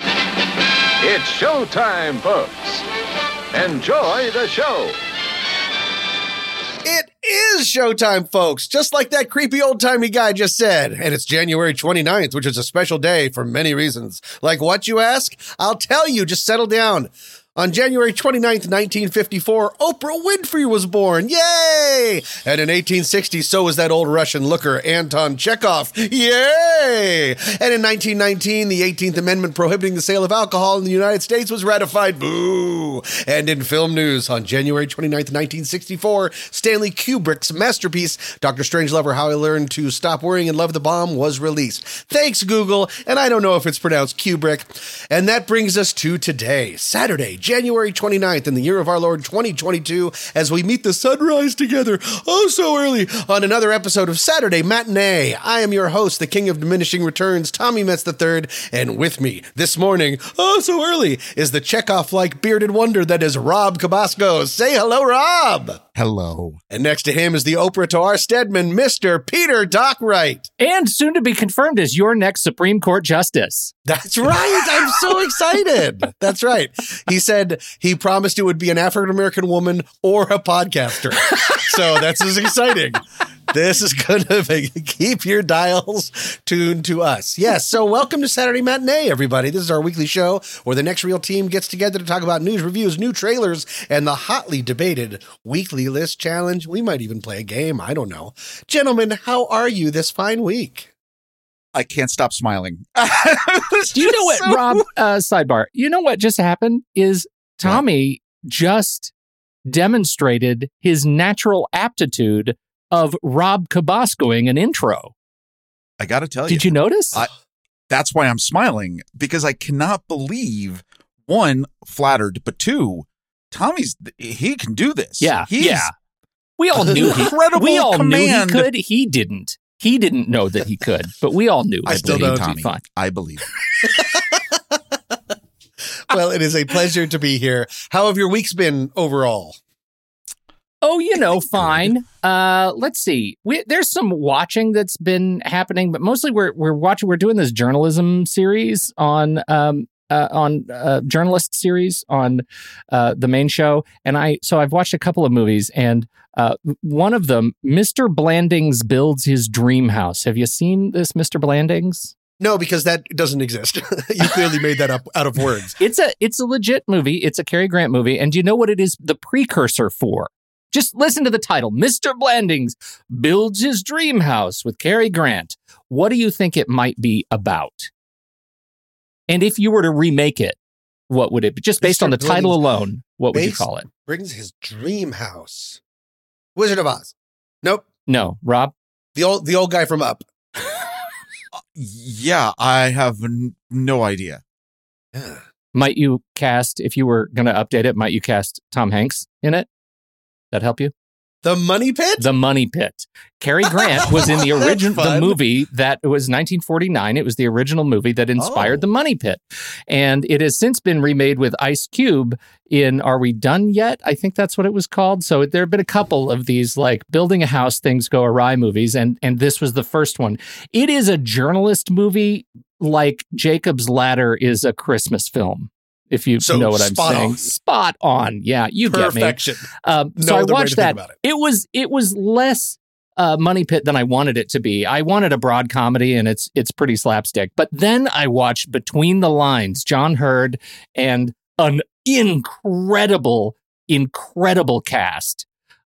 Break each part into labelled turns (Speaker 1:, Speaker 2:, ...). Speaker 1: It's showtime, folks. Enjoy the show.
Speaker 2: It is showtime, folks, just like that creepy old timey guy just said. And it's January 29th, which is a special day for many reasons. Like what you ask? I'll tell you, just settle down. On January 29th, 1954, Oprah Winfrey was born. Yay! And in 1860, so was that old Russian looker, Anton Chekhov. Yay! And in 1919, the 18th Amendment prohibiting the sale of alcohol in the United States was ratified. Boo! And in film news, on January 29th, 1964, Stanley Kubrick's masterpiece, Dr. Strangelover How I Learned to Stop Worrying and Love the Bomb, was released. Thanks, Google. And I don't know if it's pronounced Kubrick. And that brings us to today, Saturday, January 29th, in the year of our Lord 2022, as we meet the sunrise together, oh so early, on another episode of Saturday Matinee. I am your host, the King of Diminishing Returns, Tommy Metz III, and with me this morning, oh so early, is the Chekhov like bearded wonder that is Rob Cabasco. Say hello, Rob.
Speaker 3: Hello.
Speaker 2: And next to him is the Oprah to our Stedman, Mr. Peter Dockwright.
Speaker 4: And soon to be confirmed as your next Supreme Court justice.
Speaker 2: That's right. I'm so excited. That's right. He said he promised it would be an African American woman or a podcaster. So that's as exciting. this is going to keep your dials tuned to us. Yes. So, welcome to Saturday Matinee, everybody. This is our weekly show where the next real team gets together to talk about news, reviews, new trailers, and the hotly debated weekly list challenge. We might even play a game. I don't know. Gentlemen, how are you this fine week?
Speaker 3: I can't stop smiling.
Speaker 4: Do you know what, Rob? Uh, sidebar. You know what just happened is Tommy just demonstrated his natural aptitude of Rob Kaboscoing an intro.
Speaker 3: I got to tell you,
Speaker 4: Did you notice?
Speaker 3: Oh, I- that's why I'm smiling because I cannot believe one flattered, but two, Tommy's he can do this.
Speaker 4: yeah,
Speaker 3: he's
Speaker 4: yeah. We all knew he.
Speaker 3: incredible.
Speaker 4: We all
Speaker 3: command.
Speaker 4: knew he could. He didn't. He didn't know that he could, but we all knew.
Speaker 3: I
Speaker 4: that
Speaker 3: still
Speaker 4: he
Speaker 3: know
Speaker 4: could.
Speaker 3: Tommy.
Speaker 4: Fine.
Speaker 3: I believe.
Speaker 2: Well, it is a pleasure to be here. How have your weeks been overall?
Speaker 4: Oh, you know, fine. Uh, let's see. We, there's some watching that's been happening, but mostly we're we're watching. We're doing this journalism series on um uh, on uh, journalist series on uh, the main show, and I so I've watched a couple of movies, and uh, one of them, Mr. Blandings builds his dream house. Have you seen this, Mr. Blandings?
Speaker 2: No, because that doesn't exist. you clearly made that up out of words.
Speaker 4: It's a it's a legit movie. It's a Cary Grant movie, and do you know what it is the precursor for? Just listen to the title: Mr. Blandings builds his dream house with Cary Grant. What do you think it might be about? And if you were to remake it, what would it be? Just based
Speaker 2: Mr.
Speaker 4: on the title
Speaker 2: Blandings.
Speaker 4: alone, what would you
Speaker 2: Based-
Speaker 4: call it?
Speaker 2: Brings his dream house. Wizard of Oz. Nope.
Speaker 4: No, Rob.
Speaker 2: The old the old guy from Up.
Speaker 3: yeah, I have n- no idea.
Speaker 2: Yeah.
Speaker 4: Might you cast if you were going to update it? Might you cast Tom Hanks in it? That help you?
Speaker 2: The Money Pit.
Speaker 4: The Money Pit. Cary Grant was in the
Speaker 2: That's
Speaker 4: original the
Speaker 2: fun.
Speaker 4: movie that it was 1949. It was the original movie that inspired
Speaker 3: Oh.
Speaker 4: The Money Pit, and it has since been remade with Ice Cube in Are We Done Yet? I think that's what it was called. So there have been a couple of these like building a house, things go awry movies, and and this was the first one. It is a journalist movie, like Jacob's Ladder is a Christmas film. If you
Speaker 2: So,
Speaker 4: know what I'm
Speaker 2: spot
Speaker 4: saying,
Speaker 2: on.
Speaker 4: spot on. Yeah, you get me.
Speaker 2: Perfection.
Speaker 4: Um,
Speaker 2: No
Speaker 4: so I
Speaker 2: other way to
Speaker 4: watched
Speaker 2: think
Speaker 4: that.
Speaker 2: about it.
Speaker 4: was it was less uh, Money Pit than I wanted it to be. I wanted a broad comedy, and it's it's pretty slapstick. But then I watched Between the Lines, John Hurd, and an incredible, incredible cast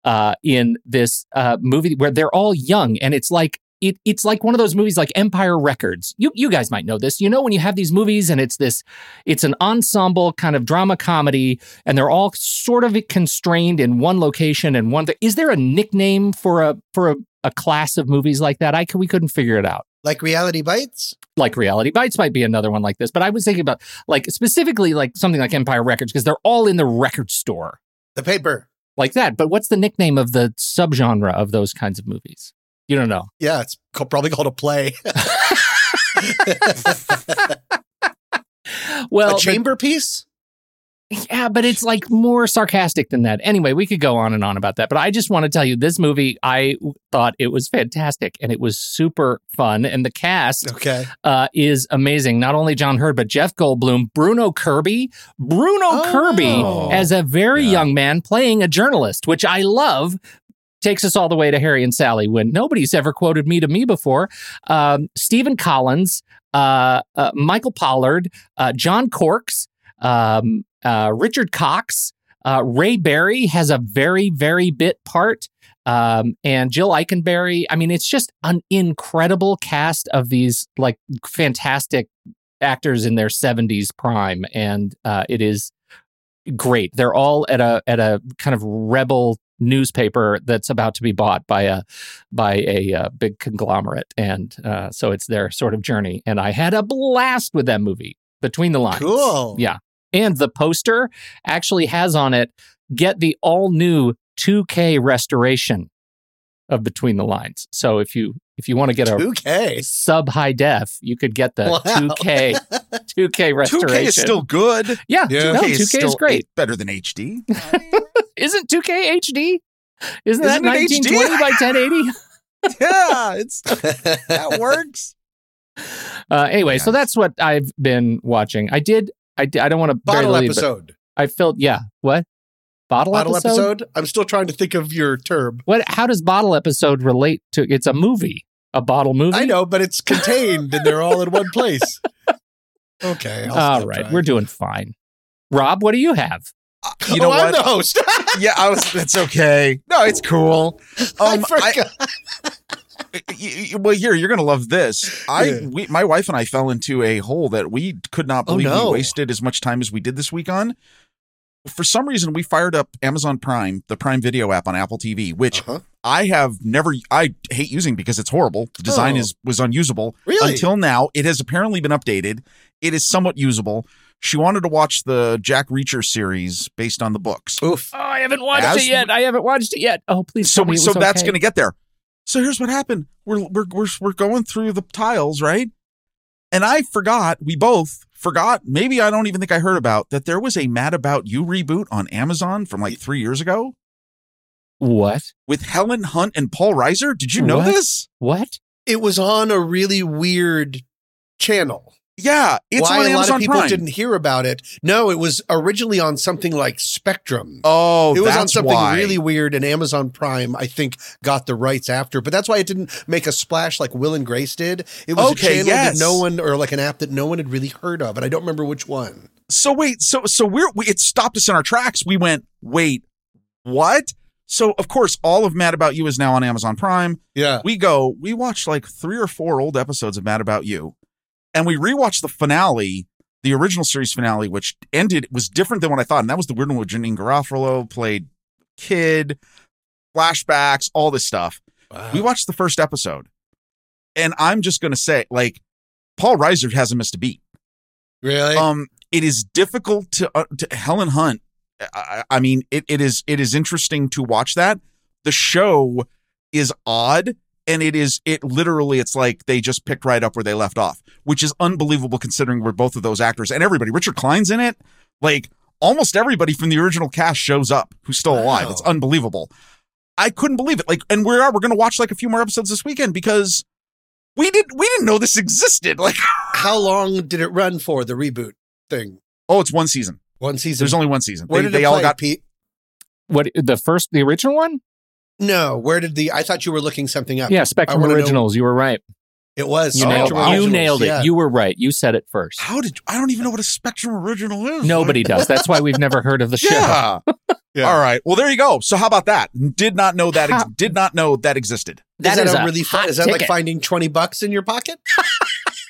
Speaker 4: uh, in this uh, movie where they're all young, and it's like. It, it's like one of those movies like Empire Records. You you guys might know this. You know when you have these movies and it's this it's an ensemble kind of drama comedy and they're all sort of constrained in one location and one. Th- is there a nickname for a for a, a class of movies like that? I c- we couldn't figure it out.
Speaker 2: Like Reality Bites.
Speaker 4: Like Reality Bites might be another one like this, but I was thinking about like specifically like something like Empire Records because they're all in the record store
Speaker 2: The paper.
Speaker 4: like that. But what's the nickname of the subgenre of those kinds of movies? You don't know.
Speaker 2: Yeah, it's ca- probably called a play.
Speaker 4: Well,
Speaker 2: a
Speaker 4: but-
Speaker 2: chamber piece.
Speaker 4: Yeah, but it's like more sarcastic than that. Anyway, we could go on and on about that, but I just want to tell you this movie, I w- thought it was fantastic and it was super fun. And the cast
Speaker 2: Okay.
Speaker 4: uh, is amazing. Not only John Hurd, but Jeff Goldblum, Bruno Kirby, Bruno
Speaker 2: Oh.
Speaker 4: Kirby as a very
Speaker 3: Yeah.
Speaker 4: young man playing a journalist, which I love. Takes us all the way to Harry and Sally when nobody's ever quoted me to me before. Um, Stephen Collins, uh, uh, Michael Pollard, uh, John Corks, um, uh, Richard Cox, uh, Ray Berry has a very, very bit part, um, and Jill Eikenberry. I mean, it's just an incredible cast of these like fantastic actors in their 70s prime, and uh, it is great. They're all at a at a kind of rebel newspaper that's about to be bought by a by a uh, big conglomerate, and uh, so it's their sort of journey. And I had a blast with that movie. Between the lines,
Speaker 2: Cool.
Speaker 4: Yeah. and the poster actually has on it get the all new 2K restoration of Between the Lines. So if you if you want to get a
Speaker 2: Two K.
Speaker 4: sub high def, you could get the
Speaker 2: Wow.
Speaker 4: 2K 2K
Speaker 3: Two
Speaker 4: restoration.
Speaker 3: K is still good.
Speaker 4: yeah,
Speaker 2: Yeah.
Speaker 4: no,
Speaker 3: 2K
Speaker 4: 2K is,
Speaker 3: still
Speaker 4: great.
Speaker 3: Better than HD.
Speaker 4: Isn't 2K HD? Isn't, that
Speaker 3: Isn't it
Speaker 4: 1920 by 1080?
Speaker 3: yeah, it's that works.
Speaker 4: Uh, anyway, so
Speaker 3: Nice.
Speaker 4: that's what I've been watching. I did. I, did, I don't want to
Speaker 2: Bottle
Speaker 4: barely,
Speaker 2: episode.
Speaker 4: I felt yeah. What? Bottle,
Speaker 2: Bottle
Speaker 4: episode?
Speaker 2: episode? I'm still trying to think of your term.
Speaker 4: What? How does bottle episode relate to? It's a movie, a bottle movie.
Speaker 2: I know, but it's contained and they're all in one place. Okay. I'll
Speaker 4: All
Speaker 2: stop
Speaker 4: right,
Speaker 2: trying.
Speaker 4: we're doing fine. Rob, what do you have?
Speaker 3: Uh, you know
Speaker 2: oh, I'm
Speaker 3: what?
Speaker 2: the host.
Speaker 3: Yeah, I was. That's okay. No, it's cool.
Speaker 2: I
Speaker 3: Um, I-
Speaker 2: forgot.
Speaker 3: y- y- well, here you're gonna love this. I,
Speaker 2: Yeah.
Speaker 3: we, my wife and I fell into a hole that we could not
Speaker 2: Oh,
Speaker 3: believe
Speaker 2: no.
Speaker 3: we wasted as much time as we did this week on. For some reason, we fired up Amazon Prime, the Prime Video app on Apple TV, which
Speaker 2: Uh-huh.
Speaker 3: I have never. I hate using because it's horrible. The design
Speaker 2: Oh.
Speaker 3: is was unusable.
Speaker 2: Really?
Speaker 3: Until now, it has apparently been updated. It is somewhat usable. She wanted to watch the Jack Reacher series based on the books.
Speaker 2: Oof.
Speaker 4: Oh, I haven't watched
Speaker 3: As-
Speaker 4: it yet. I haven't watched it yet. Oh, please.
Speaker 3: so
Speaker 4: tell me it
Speaker 3: so
Speaker 4: was
Speaker 3: that's
Speaker 4: okay.
Speaker 3: going to get there. So here's what happened. We're, we're we're we're going through the tiles, right? And I forgot. We both forgot. Maybe I don't even think I heard about that. There was a Mad About You reboot on Amazon from like three years ago
Speaker 4: what?
Speaker 3: with Helen Hunt and Paul Reiser. Did you know
Speaker 4: What?
Speaker 3: this?
Speaker 4: What?
Speaker 2: It was on a really weird channel.
Speaker 3: Yeah, it's
Speaker 2: Why
Speaker 3: on
Speaker 2: a lot
Speaker 3: Amazon
Speaker 2: of people
Speaker 3: Prime.
Speaker 2: didn't hear about it. No, it was originally on something like Spectrum.
Speaker 3: oh,
Speaker 2: it was
Speaker 3: that's
Speaker 2: on something
Speaker 3: why.
Speaker 2: really weird, and Amazon Prime, I think, got the rights after. But that's why it didn't make a splash like Will and Grace did. It was
Speaker 3: Okay,
Speaker 2: a channel
Speaker 3: yes.
Speaker 2: that no one, or like an app that no one had really heard of, and I don't remember which one.
Speaker 3: So wait, so so we're we, it stopped us in our tracks. We went, wait, what? So of course, all of Mad About You is now on Amazon Prime.
Speaker 2: Yeah,
Speaker 3: we go, we watch like three or four old episodes of Mad About You, and we rewatch the finale, the original series finale, which ended was different than what I thought, and that was the weird one where Janine Garofalo played kid, flashbacks, all this stuff.
Speaker 2: Uh-huh.
Speaker 3: We watched the first episode, and I'm just gonna say, like, Paul Reiser hasn't missed a beat.
Speaker 2: really.
Speaker 3: Um, it is difficult to, uh, to Helen Hunt. I, I I mean, it, it is it is interesting to watch that. The show is odd, and it is it literally it's like they just picked right up where they left off, which is unbelievable considering we're both of those actors and everybody. Richard Klein's in it. Like almost everybody from the original cast shows up who's still alive.
Speaker 2: Wow.
Speaker 3: It's unbelievable. I couldn't believe it. Like, and we are we're gonna watch like a few more episodes this weekend because we didn't we didn't know this existed. Like,
Speaker 2: How long did it run for the reboot thing?
Speaker 3: oh, it's one season.
Speaker 2: One season.
Speaker 3: There's only one season.
Speaker 2: where
Speaker 3: they
Speaker 2: did
Speaker 3: they
Speaker 2: it
Speaker 3: all
Speaker 2: play,
Speaker 3: got
Speaker 2: Pete?
Speaker 4: What? The first, the original one?
Speaker 2: No, where did the? I thought you were looking something up.
Speaker 4: Yeah, Spectrum
Speaker 2: Uh, wanna know-
Speaker 4: Originals. You were right.
Speaker 2: It was.
Speaker 4: You
Speaker 3: Oh,
Speaker 4: nailed,
Speaker 3: wow.
Speaker 4: you
Speaker 2: Originals,
Speaker 4: nailed it.
Speaker 2: yeah.
Speaker 4: You were right. You said it first.
Speaker 3: How did I don't even know what a Spectrum original is?
Speaker 4: Nobody does. That's why we've never heard of the show.
Speaker 3: Yeah.
Speaker 2: Yeah.
Speaker 3: All right. Well, there you go. So how about that? Did not know that. Ex-
Speaker 4: How-
Speaker 3: did not know that existed.
Speaker 4: That
Speaker 2: is
Speaker 4: is
Speaker 2: that
Speaker 4: a
Speaker 2: a really fun?
Speaker 4: hot
Speaker 2: Is that like
Speaker 4: ticket.
Speaker 2: finding twenty bucks in your pocket?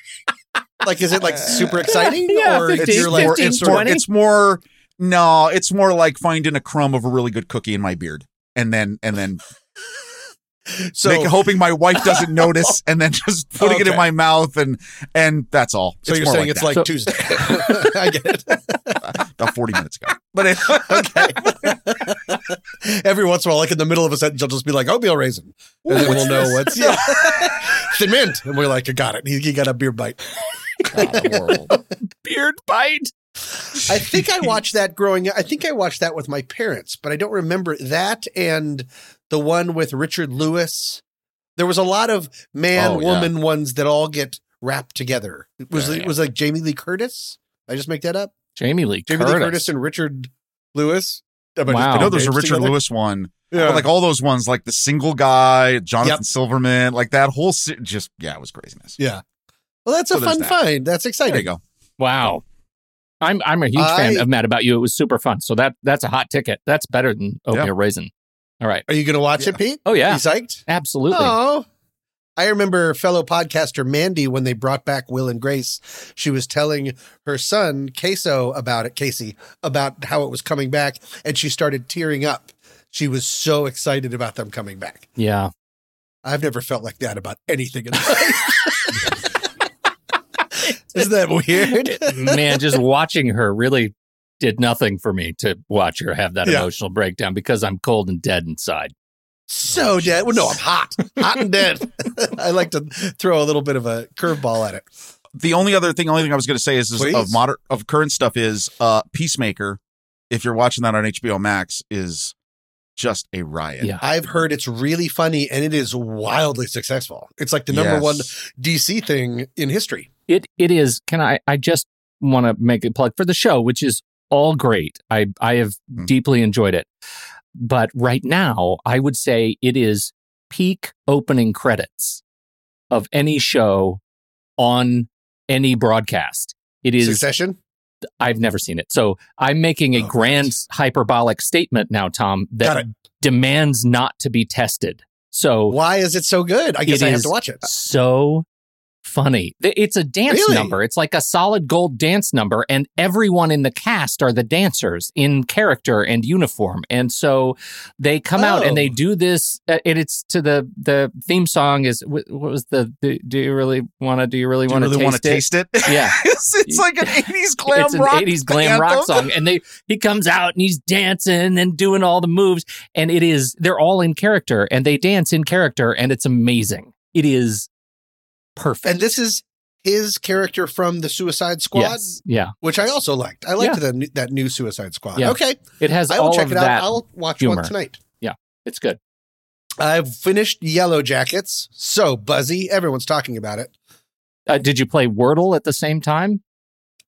Speaker 2: like, is it like super exciting?
Speaker 4: Yeah,
Speaker 2: or
Speaker 4: 15,
Speaker 2: you're like,
Speaker 3: more,
Speaker 4: 15,
Speaker 3: it's more.
Speaker 4: 20?
Speaker 3: It's more. No, it's more like finding a crumb of a really good cookie in my beard, and then and then
Speaker 2: so
Speaker 3: make, hoping my wife doesn't notice, and then just putting it in
Speaker 2: Okay.
Speaker 3: my mouth, and and that's all.
Speaker 2: So you're
Speaker 3: more
Speaker 2: saying it's
Speaker 3: that.
Speaker 2: like
Speaker 4: So-
Speaker 2: Tuesday? I get it.
Speaker 3: about forty minutes ago. But it,
Speaker 2: Every once in a while, like in the middle of a sentence, you'll just be like oatmeal raisin, and then we'll know what's yeah, thin mint, and we're like, I got it. He, he got a beer bite.
Speaker 4: Beard bite.
Speaker 2: I think I watched that growing up. I think I watched that with my parents, but I don't remember that and the one with Richard Lewis. There was a lot of man
Speaker 3: Oh, yeah.
Speaker 2: woman ones that all get wrapped together. It was it was like Jamie Lee Curtis? I just make that up.
Speaker 4: Jamie Lee
Speaker 2: Jamie
Speaker 4: Curtis.
Speaker 2: Lee Curtis and Richard Lewis. Am I just
Speaker 4: Wow.
Speaker 3: I
Speaker 2: putting
Speaker 3: know there's a
Speaker 2: names
Speaker 3: Richard
Speaker 2: together?
Speaker 3: Lewis one.
Speaker 2: Yeah. oh,
Speaker 3: But, like all those ones, like the single guy, Jonathan
Speaker 2: Yep.
Speaker 3: Silverman, like that whole se- just yeah, it was craziness.
Speaker 2: yeah. Well, that's
Speaker 3: So
Speaker 2: a
Speaker 3: there's
Speaker 2: fun
Speaker 3: that.
Speaker 2: find. That's
Speaker 3: There you
Speaker 2: exciting.
Speaker 3: go.
Speaker 4: Wow. I'm I'm a huge fan
Speaker 2: I-
Speaker 4: of Mad About You. It was super fun. So that that's a hot ticket. That's better than oatmeal raisin. All right.
Speaker 2: Are you going to watch
Speaker 3: Yeah.
Speaker 2: it, Pete?
Speaker 4: Oh
Speaker 2: You
Speaker 4: yeah.
Speaker 2: psyched?
Speaker 4: Absolutely.
Speaker 2: Oh. I remember fellow podcaster Mandy when they brought back Will and Grace. She was telling her son Queso about it, Casey, about how it was coming back, and she started tearing up. She was so excited about them coming back.
Speaker 4: Yeah.
Speaker 2: I've never felt like that about anything in life. Isn't that weird?
Speaker 4: Man, just watching her really did nothing for me to watch her have that
Speaker 2: Yeah.
Speaker 4: emotional breakdown because I'm cold and dead inside.
Speaker 2: So dead. Well, no, I'm hot, hot and dead. I like to throw a little bit of a curveball at it.
Speaker 3: The only other thing, only thing I was going to say is, is
Speaker 2: Please.
Speaker 3: of modern of current stuff is uh Peacemaker. If you're watching that on HBO Max, is just a riot.
Speaker 4: Yeah.
Speaker 2: I've heard it's really funny and it is wildly successful. It's like the number
Speaker 3: Yes.
Speaker 2: one DC thing in history.
Speaker 4: It it is. Can I I just want to make a plug for the show, which is all great. I I have
Speaker 3: Hmm.
Speaker 4: deeply enjoyed it. But right now, I would say it is peak opening credits of any show on any broadcast. It is
Speaker 2: Succession.
Speaker 4: I've never seen it. So I'm making a
Speaker 3: Oh,
Speaker 4: grand
Speaker 3: nice.
Speaker 4: hyperbolic statement now, Tom,
Speaker 3: Got
Speaker 4: that demands not to be tested. So
Speaker 2: Why is it so good? I guess
Speaker 4: It
Speaker 2: I have
Speaker 4: is-
Speaker 2: to watch it.
Speaker 4: so funny. Th- It's a dance
Speaker 2: Really?
Speaker 4: number. It's like a solid gold dance number, and everyone in the cast are the dancers in character and uniform. And so they come out
Speaker 2: Oh.
Speaker 4: and they do this, uh, and it's to the the theme song is wh- what was the do, do you really want to do you really
Speaker 3: Do you
Speaker 4: want to
Speaker 3: really want to
Speaker 4: taste
Speaker 3: taste it?
Speaker 4: it? Yeah.
Speaker 3: it's, it's like an 80s glam
Speaker 4: it's an
Speaker 3: rock
Speaker 4: 80s glam rock
Speaker 3: anthem.
Speaker 4: song and they he comes out and he's dancing and doing all the moves and it is they're all in character and they dance in character and it's amazing it is perfect
Speaker 2: And this is his character from the Suicide Squad,
Speaker 4: Yes. yeah
Speaker 2: which I also liked. I liked the new that new Suicide Squad.
Speaker 4: Yeah.
Speaker 2: Okay,
Speaker 4: it has
Speaker 2: I
Speaker 4: all
Speaker 2: will check
Speaker 4: of
Speaker 2: it out.
Speaker 4: that
Speaker 2: I'll watch
Speaker 4: humor.
Speaker 2: one tonight.
Speaker 4: it's good
Speaker 2: I've finished Yellow Jackets. So buzzy. Everyone's talking about it.
Speaker 4: uh, did you play wordle at the same time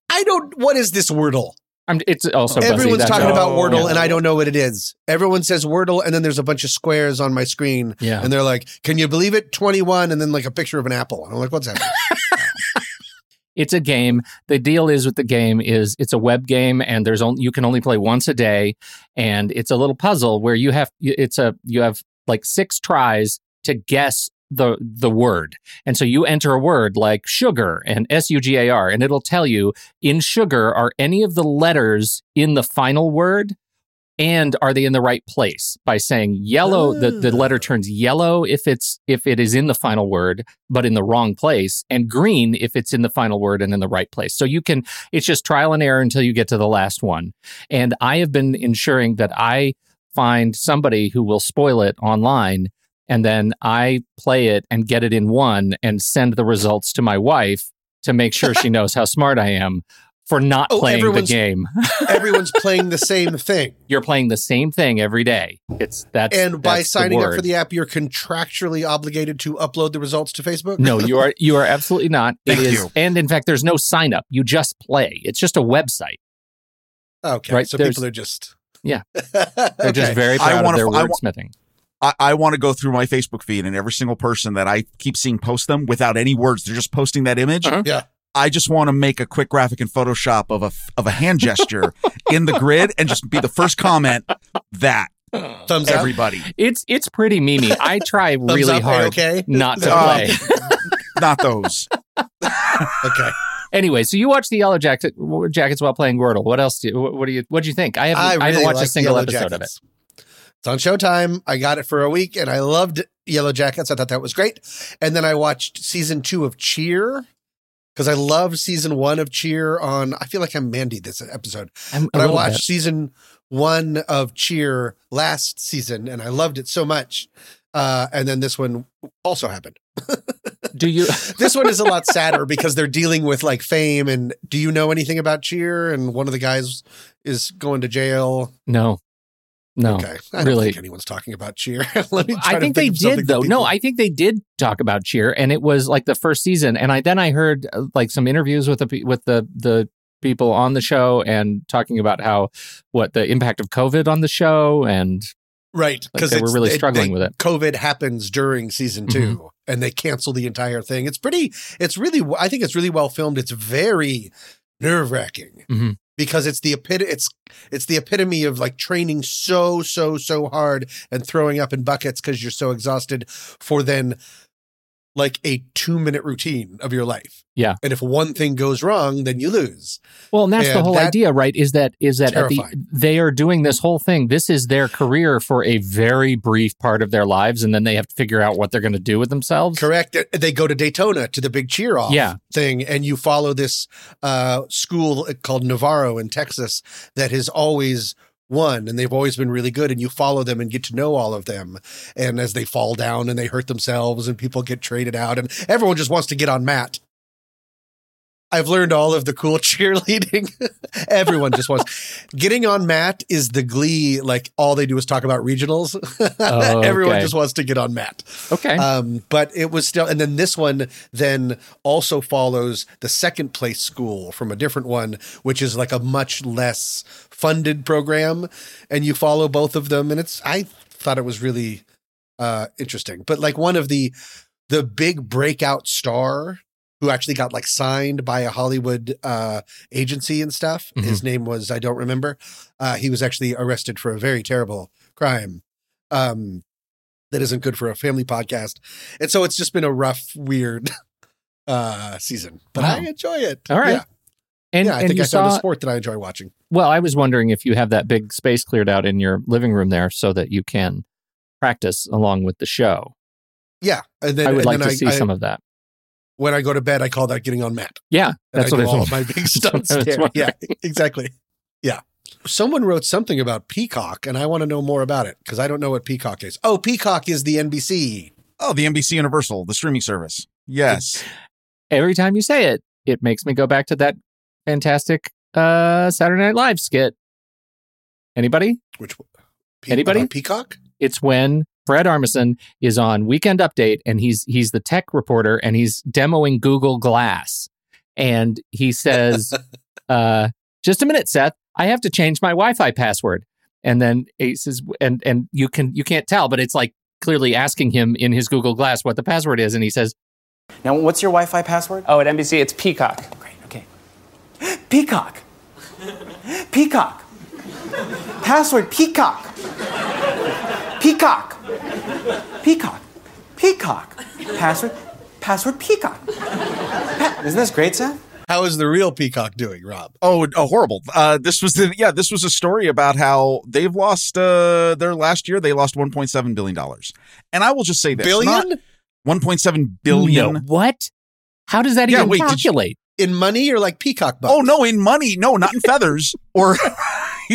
Speaker 2: I don't. What is this Wordle?
Speaker 4: I'm, it's also Buzzy,
Speaker 2: Everyone's
Speaker 4: that's
Speaker 2: talking
Speaker 4: all.
Speaker 3: right.
Speaker 2: about
Speaker 3: Oh.
Speaker 2: Wordle,
Speaker 3: Yeah.
Speaker 2: and I don't know what it is. Everyone says Wordle, and then there's a bunch of squares on my screen,
Speaker 4: yeah
Speaker 2: and they're like, "Can you believe it? 21," and then like a picture of an apple. And I'm like, "What's that?"
Speaker 4: it's a game. The deal is with the game is it's a web game, and there's only you can only play once a day, and it's a little puzzle where you have it's a you have like six tries to guess the the word, and so you enter a word like sugar and S U G A R, and it'll tell you in sugar are any of the letters in the final word. And are they in the right place by saying yellow? The, the
Speaker 2: Ah.
Speaker 4: letter turns yellow if it's if it is in the final word, but in the wrong place, and green if it's in the final word and in the right place. So you can, it's just trial and error until you get to the last one. And I have been ensuring that I find somebody who will spoil it online, and then I play it and get it in one and send the results to my wife to make sure she knows how smart I am for not
Speaker 2: Oh,
Speaker 4: playing the
Speaker 2: everyone's-
Speaker 4: game.
Speaker 2: Everyone's playing the same thing,
Speaker 4: You're playing the same thing every day. It's that's
Speaker 2: and by
Speaker 4: that's the
Speaker 2: signing up for
Speaker 4: word.
Speaker 2: the app, you're contractually obligated to upload the results to Facebook.
Speaker 4: No, you are you are absolutely not. It
Speaker 3: Thank
Speaker 4: is,
Speaker 3: you.
Speaker 4: and in fact, there's no sign up. You just play. It's just a website.
Speaker 2: okay,
Speaker 4: Right,
Speaker 2: so
Speaker 4: there's-
Speaker 2: people are just
Speaker 4: Yeah.
Speaker 2: they're
Speaker 4: They're just very
Speaker 3: I
Speaker 4: proud of
Speaker 3: wanna-
Speaker 4: their
Speaker 3: I wa-
Speaker 4: wordsmithing.
Speaker 3: I, I want to go through my Facebook feed and every single person that I keep seeing post them without any words. They're just posting that image.
Speaker 4: Uh-huh.
Speaker 2: Yeah.
Speaker 3: I just want to make a quick graphic in Photoshop of a f- of a hand gesture in the grid and just be the first comment that
Speaker 2: thumbs up.
Speaker 3: everybody.
Speaker 4: It's it's pretty memey. I try
Speaker 2: Thumbs
Speaker 4: really
Speaker 2: up,
Speaker 4: hard
Speaker 2: Okay, Oh,
Speaker 4: not to
Speaker 3: Uh,
Speaker 4: play.
Speaker 3: Not those.
Speaker 2: okay.
Speaker 4: anyway, so you watch the Yellow Jacket, Jackets while playing Wordle. What else do you, what, what do you what do you think? I haven't, I haven't watched a
Speaker 2: liked
Speaker 4: single
Speaker 2: Yellow
Speaker 4: episode of it.
Speaker 2: Jackets. It's on Showtime. I got it for a week and I loved Yellow Jackets. I thought that was great. And then I watched season two of Cheer because I love season one of Cheer on, I feel like I'm Mandy this episode,
Speaker 4: I'm, a
Speaker 2: but I
Speaker 4: little
Speaker 2: watched
Speaker 4: bit.
Speaker 2: season one of Cheer last season and I loved it so much. Uh, and then this one also happened.
Speaker 4: Do you?
Speaker 2: This one is a lot sadder because they're dealing with like fame and do you know anything about Cheer? And one of the guys is going to jail.
Speaker 4: No, no.
Speaker 2: Okay. I don't
Speaker 4: really.
Speaker 2: think anyone's talking about cheer. Let me try
Speaker 4: I
Speaker 2: to
Speaker 4: think they
Speaker 2: of something
Speaker 4: did
Speaker 2: that
Speaker 4: though. No,
Speaker 2: people-
Speaker 4: I think they did talk about cheer, and it was like the first season. And I then I heard uh, like some interviews with the pe- with the the people on the show and talking about how what the impact of COVID on the show and
Speaker 2: right
Speaker 4: like they were really
Speaker 2: it-
Speaker 4: struggling
Speaker 2: they-
Speaker 4: with it. Mm-hmm.
Speaker 2: COVID happens during season 2 and they cancel the entire thing. It's pretty. It's really. I think it's really well filmed. It's very nerve wracking
Speaker 4: Mhm.
Speaker 2: because it's the epit- It's it's the epitome of like training so so so hard and throwing up in buckets because you're so exhausted for then like a two minute routine of your life.
Speaker 4: Yeah.
Speaker 2: and if one thing goes wrong, then you lose.
Speaker 4: Well, and that's the
Speaker 2: And
Speaker 4: whole
Speaker 2: that-
Speaker 4: idea, right? Is that is that at the,
Speaker 2: Terrifying.
Speaker 4: they are doing this whole thing. This is their career for a very brief part of their lives, and then they have to figure out what they're going to do with themselves.
Speaker 2: Correct. They- They go to Daytona to the big cheer off
Speaker 4: Yeah.
Speaker 2: thing, and you follow this uh, school called Navarro in Texas that has always won, and they've always been really good. And you follow them and get to know all of them. And as they fall down and they hurt themselves, and people get traded out, and everyone just wants to get on Matt. I've learned all of the cool cheerleading. Everyone just wants. Getting on Matt is the glee. Like all they do is talk about regionals.
Speaker 4: Oh,
Speaker 2: Everyone
Speaker 4: okay.
Speaker 2: just wants to get on Matt.
Speaker 4: Okay.
Speaker 2: Um, but it was still, and then this one then also follows the second place school from a different one, which is like a much less funded program, and you follow both of them, and it's I thought it was really uh, interesting, but like one of the the big breakout star who actually got like signed by a Hollywood uh, agency and stuff.
Speaker 4: Mm-hmm.
Speaker 2: His name was I don't remember. Uh, he was actually arrested for a very terrible crime. Um, that isn't good for a family podcast. And so it's just been a rough, weird uh season. But I
Speaker 4: Wow.
Speaker 2: enjoy it.
Speaker 4: All right.
Speaker 2: Yeah,
Speaker 4: and
Speaker 2: yeah I
Speaker 4: and
Speaker 2: think
Speaker 4: you
Speaker 2: I
Speaker 4: saw.
Speaker 2: found a sport that I enjoy watching.
Speaker 4: well, I was wondering if you have that big space cleared out in your living room there so that you can practice along with the show.
Speaker 2: Yeah. And then,
Speaker 4: I would
Speaker 2: and
Speaker 4: like
Speaker 2: then
Speaker 4: to see
Speaker 2: I,
Speaker 4: some of that.
Speaker 2: when I go to bed, I call that getting on mat.
Speaker 4: Yeah,
Speaker 2: And
Speaker 4: that's
Speaker 2: I
Speaker 4: what
Speaker 2: do all
Speaker 4: I
Speaker 2: of my
Speaker 4: what
Speaker 2: big
Speaker 4: I
Speaker 2: stunts
Speaker 4: was
Speaker 2: there.
Speaker 4: wondering.
Speaker 2: Yeah, exactly. Yeah. Someone wrote something about Peacock, and I want to know more about it because I don't know what Peacock is. Oh, Peacock is the NBC.
Speaker 3: Oh, the NBC Universal, the streaming service. Yes.
Speaker 4: Every time you say it, it makes me go back to that fantastic uh, Saturday Night Live skit. Anybody?
Speaker 2: Which
Speaker 4: Anybody?
Speaker 2: about Peacock?
Speaker 4: It's when Fred Armisen is on Weekend Update and he's he's the tech reporter and he's demoing Google Glass. And he says, uh, just a minute, Seth, I have to change my Wi-Fi password. And then he says, and and you can you can't tell, but it's like clearly asking him in his Google Glass what the password is, and he says,
Speaker 5: Now, what's your Wi Fi password?
Speaker 6: Oh, at NBC, it's Peacock.
Speaker 5: Great, okay. Peacock. Peacock. Password Peacock. Peacock. Peacock. Peacock. Password. Password Peacock. Pa- Isn't this great, Seth?
Speaker 2: How is the real Peacock doing, Rob?
Speaker 3: Oh, oh, horrible. Uh, this was the yeah. This was a story about how they've lost uh, their last year. They lost 1.7 billion dollars. And I will just say this:
Speaker 2: Billion?
Speaker 3: 1.7 billion.
Speaker 4: "No, what? How does that
Speaker 3: Yeah,
Speaker 4: even
Speaker 3: wait, did you-
Speaker 4: calculate?
Speaker 2: In money or like Peacock bucks?
Speaker 3: Oh no, in money. No, not in feathers or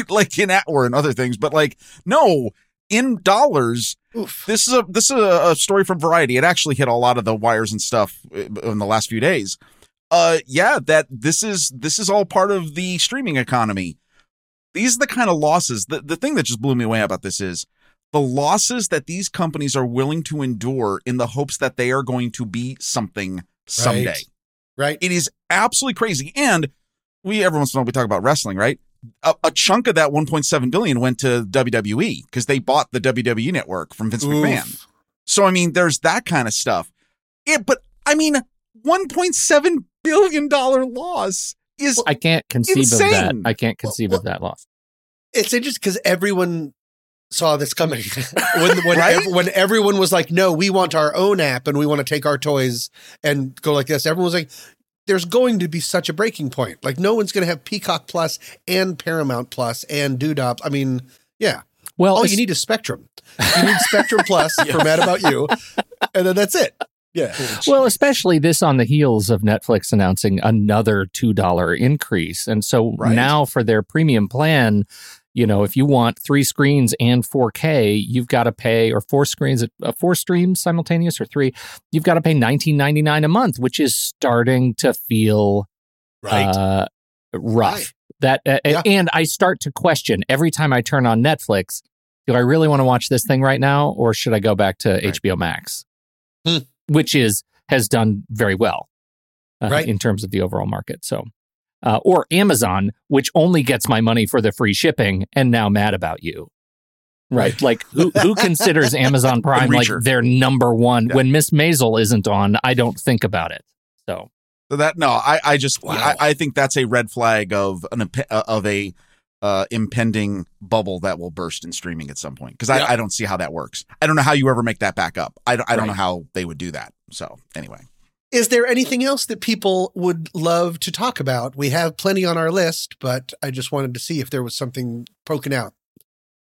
Speaker 3: like in at or in other things, but like no, in dollars. This is a this is a, a story from Variety. It actually hit a lot of the wires and stuff uh, in the last few days. Uh, yeah, that this is this is all part of the streaming economy. These are the kind of losses. The the thing that just blew me away about this is the losses that these companies are willing to endure in the hopes that they are going to be something someday.
Speaker 2: Right?
Speaker 3: It is absolutely crazy. And we every once in a while we talk about wrestling, right? A, a chunk of that 1.7 billion went to WWE because they bought the WWE network from Vince McMahon.
Speaker 2: Oof.
Speaker 3: So I mean, there's that kind of stuff. Yeah, but I mean, 1.7 billion dollar loss is
Speaker 4: I can't conceive of that.
Speaker 3: Insane.
Speaker 4: I can't conceive of that loss.
Speaker 2: it's interesting because everyone saw this coming when when,
Speaker 3: Right?
Speaker 2: ev- when everyone was like, "No, we want our own app and we want to take our toys and go like this." Everyone was like, "There's going to be such a breaking point. Like, no one's going to have Peacock Plus and Paramount Plus and Doodop. I mean, yeah.
Speaker 4: Well,
Speaker 2: All
Speaker 4: it's-
Speaker 2: you need is Spectrum. You need Spectrum Plus for Mad About You, and then that's it. Yeah,
Speaker 4: Well, especially this on the heels of Netflix announcing another $2 increase. And so
Speaker 3: Right.
Speaker 4: now for their premium plan, you know, if you want three screens and 4K, you've got to pay or four screens uh, four streams simultaneous or three, you've got to pay 19.99 a month, which is starting to feel uh, rough.
Speaker 2: Right.
Speaker 4: That uh,
Speaker 2: Yeah.
Speaker 4: and I start to question every time I turn on Netflix, do I really want to watch this thing right now or should I go back to HBO Max?
Speaker 2: Hmm.
Speaker 4: Which is has done very well uh,
Speaker 2: Right.
Speaker 4: in terms of the overall market. So uh, or Amazon, which only gets my money for the free shipping and now mad about you. Right. Like who who considers Amazon Prime like
Speaker 3: Reacher.
Speaker 4: their number one
Speaker 3: Yeah.
Speaker 4: when Miss Maisel isn't on, I don't think about it. So
Speaker 3: So that no, I I just
Speaker 2: Wow.
Speaker 3: I, I think that's a red flag of an imp- uh, of a uh, impending bubble that will burst in streaming at some point because I,
Speaker 2: Yeah.
Speaker 3: I don't see how that works. I don't know how you ever make that back up. I, don't- I don't know
Speaker 4: Right.
Speaker 3: how they would do that. So anyway,
Speaker 2: Is there anything else that people would love to talk about? We have plenty on our list, but I just wanted to see if there was something poking out.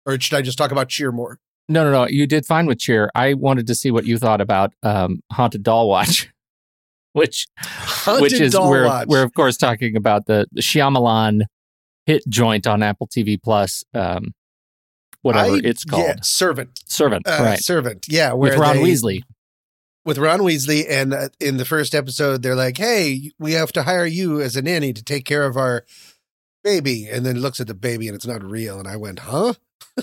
Speaker 2: Or should I just talk about cheer more?
Speaker 4: No, no, no. You did fine with cheer. I wanted to see what you thought about um, haunted doll watch, which
Speaker 2: Haunted
Speaker 4: which is
Speaker 2: Doll
Speaker 4: we're
Speaker 2: Watch.
Speaker 4: we're of course talking about the Shyamalan hit joint on Apple TV Plus, um, whatever
Speaker 2: I-
Speaker 4: it's called,
Speaker 2: yeah, servant.
Speaker 4: Servant,
Speaker 2: Uh,
Speaker 4: right?
Speaker 2: Servant. Yeah.
Speaker 4: With
Speaker 2: where
Speaker 4: Ron
Speaker 2: they-
Speaker 4: Weasley,
Speaker 2: with Ron Weasley, and uh, in the first episode, they're like, "Hey, we have to hire you as a nanny to take care of our baby," and then looks at the baby and it's not real, and I went, "Huh?"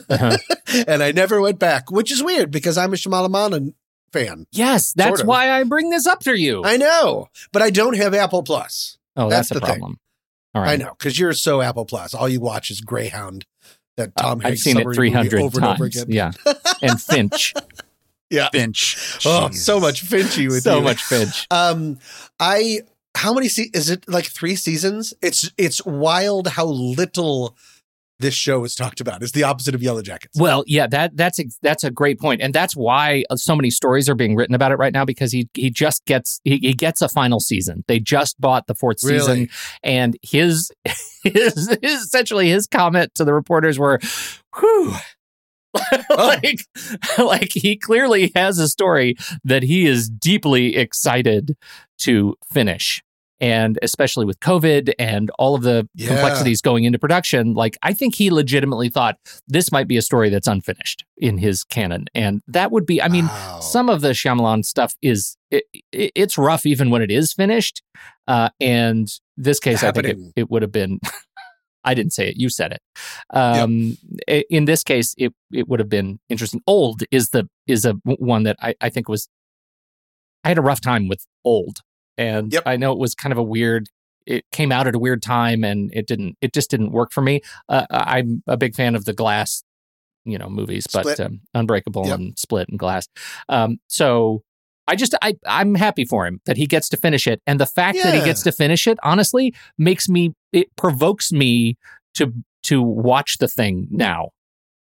Speaker 4: Uh-huh.
Speaker 2: and I never went back, which is weird because I'm a Shyamalan fan.
Speaker 4: Yes, that's
Speaker 2: Sort of.
Speaker 4: why I bring this up to you.
Speaker 2: I know, but I don't have Apple Plus.
Speaker 4: oh,
Speaker 2: that's
Speaker 4: that's,
Speaker 2: the
Speaker 4: a
Speaker 2: thing.
Speaker 4: problem. All right.
Speaker 2: I know because you're so Apple Plus. All you watch is Greyhound. That Tom
Speaker 4: Uh, I've
Speaker 2: Hanks
Speaker 4: seen it
Speaker 2: submarine movie
Speaker 4: 300
Speaker 2: over
Speaker 4: times.
Speaker 2: and over again.
Speaker 4: Yeah. And Finch.
Speaker 3: Finch.
Speaker 2: Oh,
Speaker 3: Jeez.
Speaker 2: so much Finchy with
Speaker 4: so
Speaker 2: you.
Speaker 4: much Finch.
Speaker 2: Um, I how many se- is it like three seasons? It's it's wild how little this show is talked about. It's the opposite of Yellow Jackets.
Speaker 4: Well, yeah, that that's a, that's a great point, and that's why uh, so many stories are being written about it right now because he he just gets he, he gets a final season. They just bought the fourth
Speaker 2: Really?
Speaker 4: season, and his, his his essentially his comment to the reporters were, "Whew." like, like he clearly has a story that he is deeply excited to finish. And especially with COVID and all of the
Speaker 2: Yeah.
Speaker 4: complexities going into production, like I think he legitimately thought this might be a story that's unfinished in his canon. And that would be, I mean,
Speaker 2: Wow.
Speaker 4: some of the Shyamalan stuff is, it, it, it's rough even when it is finished. Uh, and this case, I
Speaker 2: Happening.
Speaker 4: think it, it would have been, I didn't say it, you said it. Um, i- In this case, it, it would have been interesting. Old is the, is a w- one that I, I think was, I had a rough time with old. And
Speaker 2: Yep.
Speaker 4: I know it was kind of a weird, it came out at a weird time and it didn't, it just didn't work for me. Uh, I- I'm a big fan of the glass you know movies,
Speaker 2: Split.
Speaker 4: but um, Unbreakable
Speaker 2: Yep.
Speaker 4: and Split and Glass. Um, so I just I I'm happy for him that he gets to finish it, and the fact that he
Speaker 2: Yeah.
Speaker 4: gets to finish it honestly makes me it provokes me to to watch the thing now.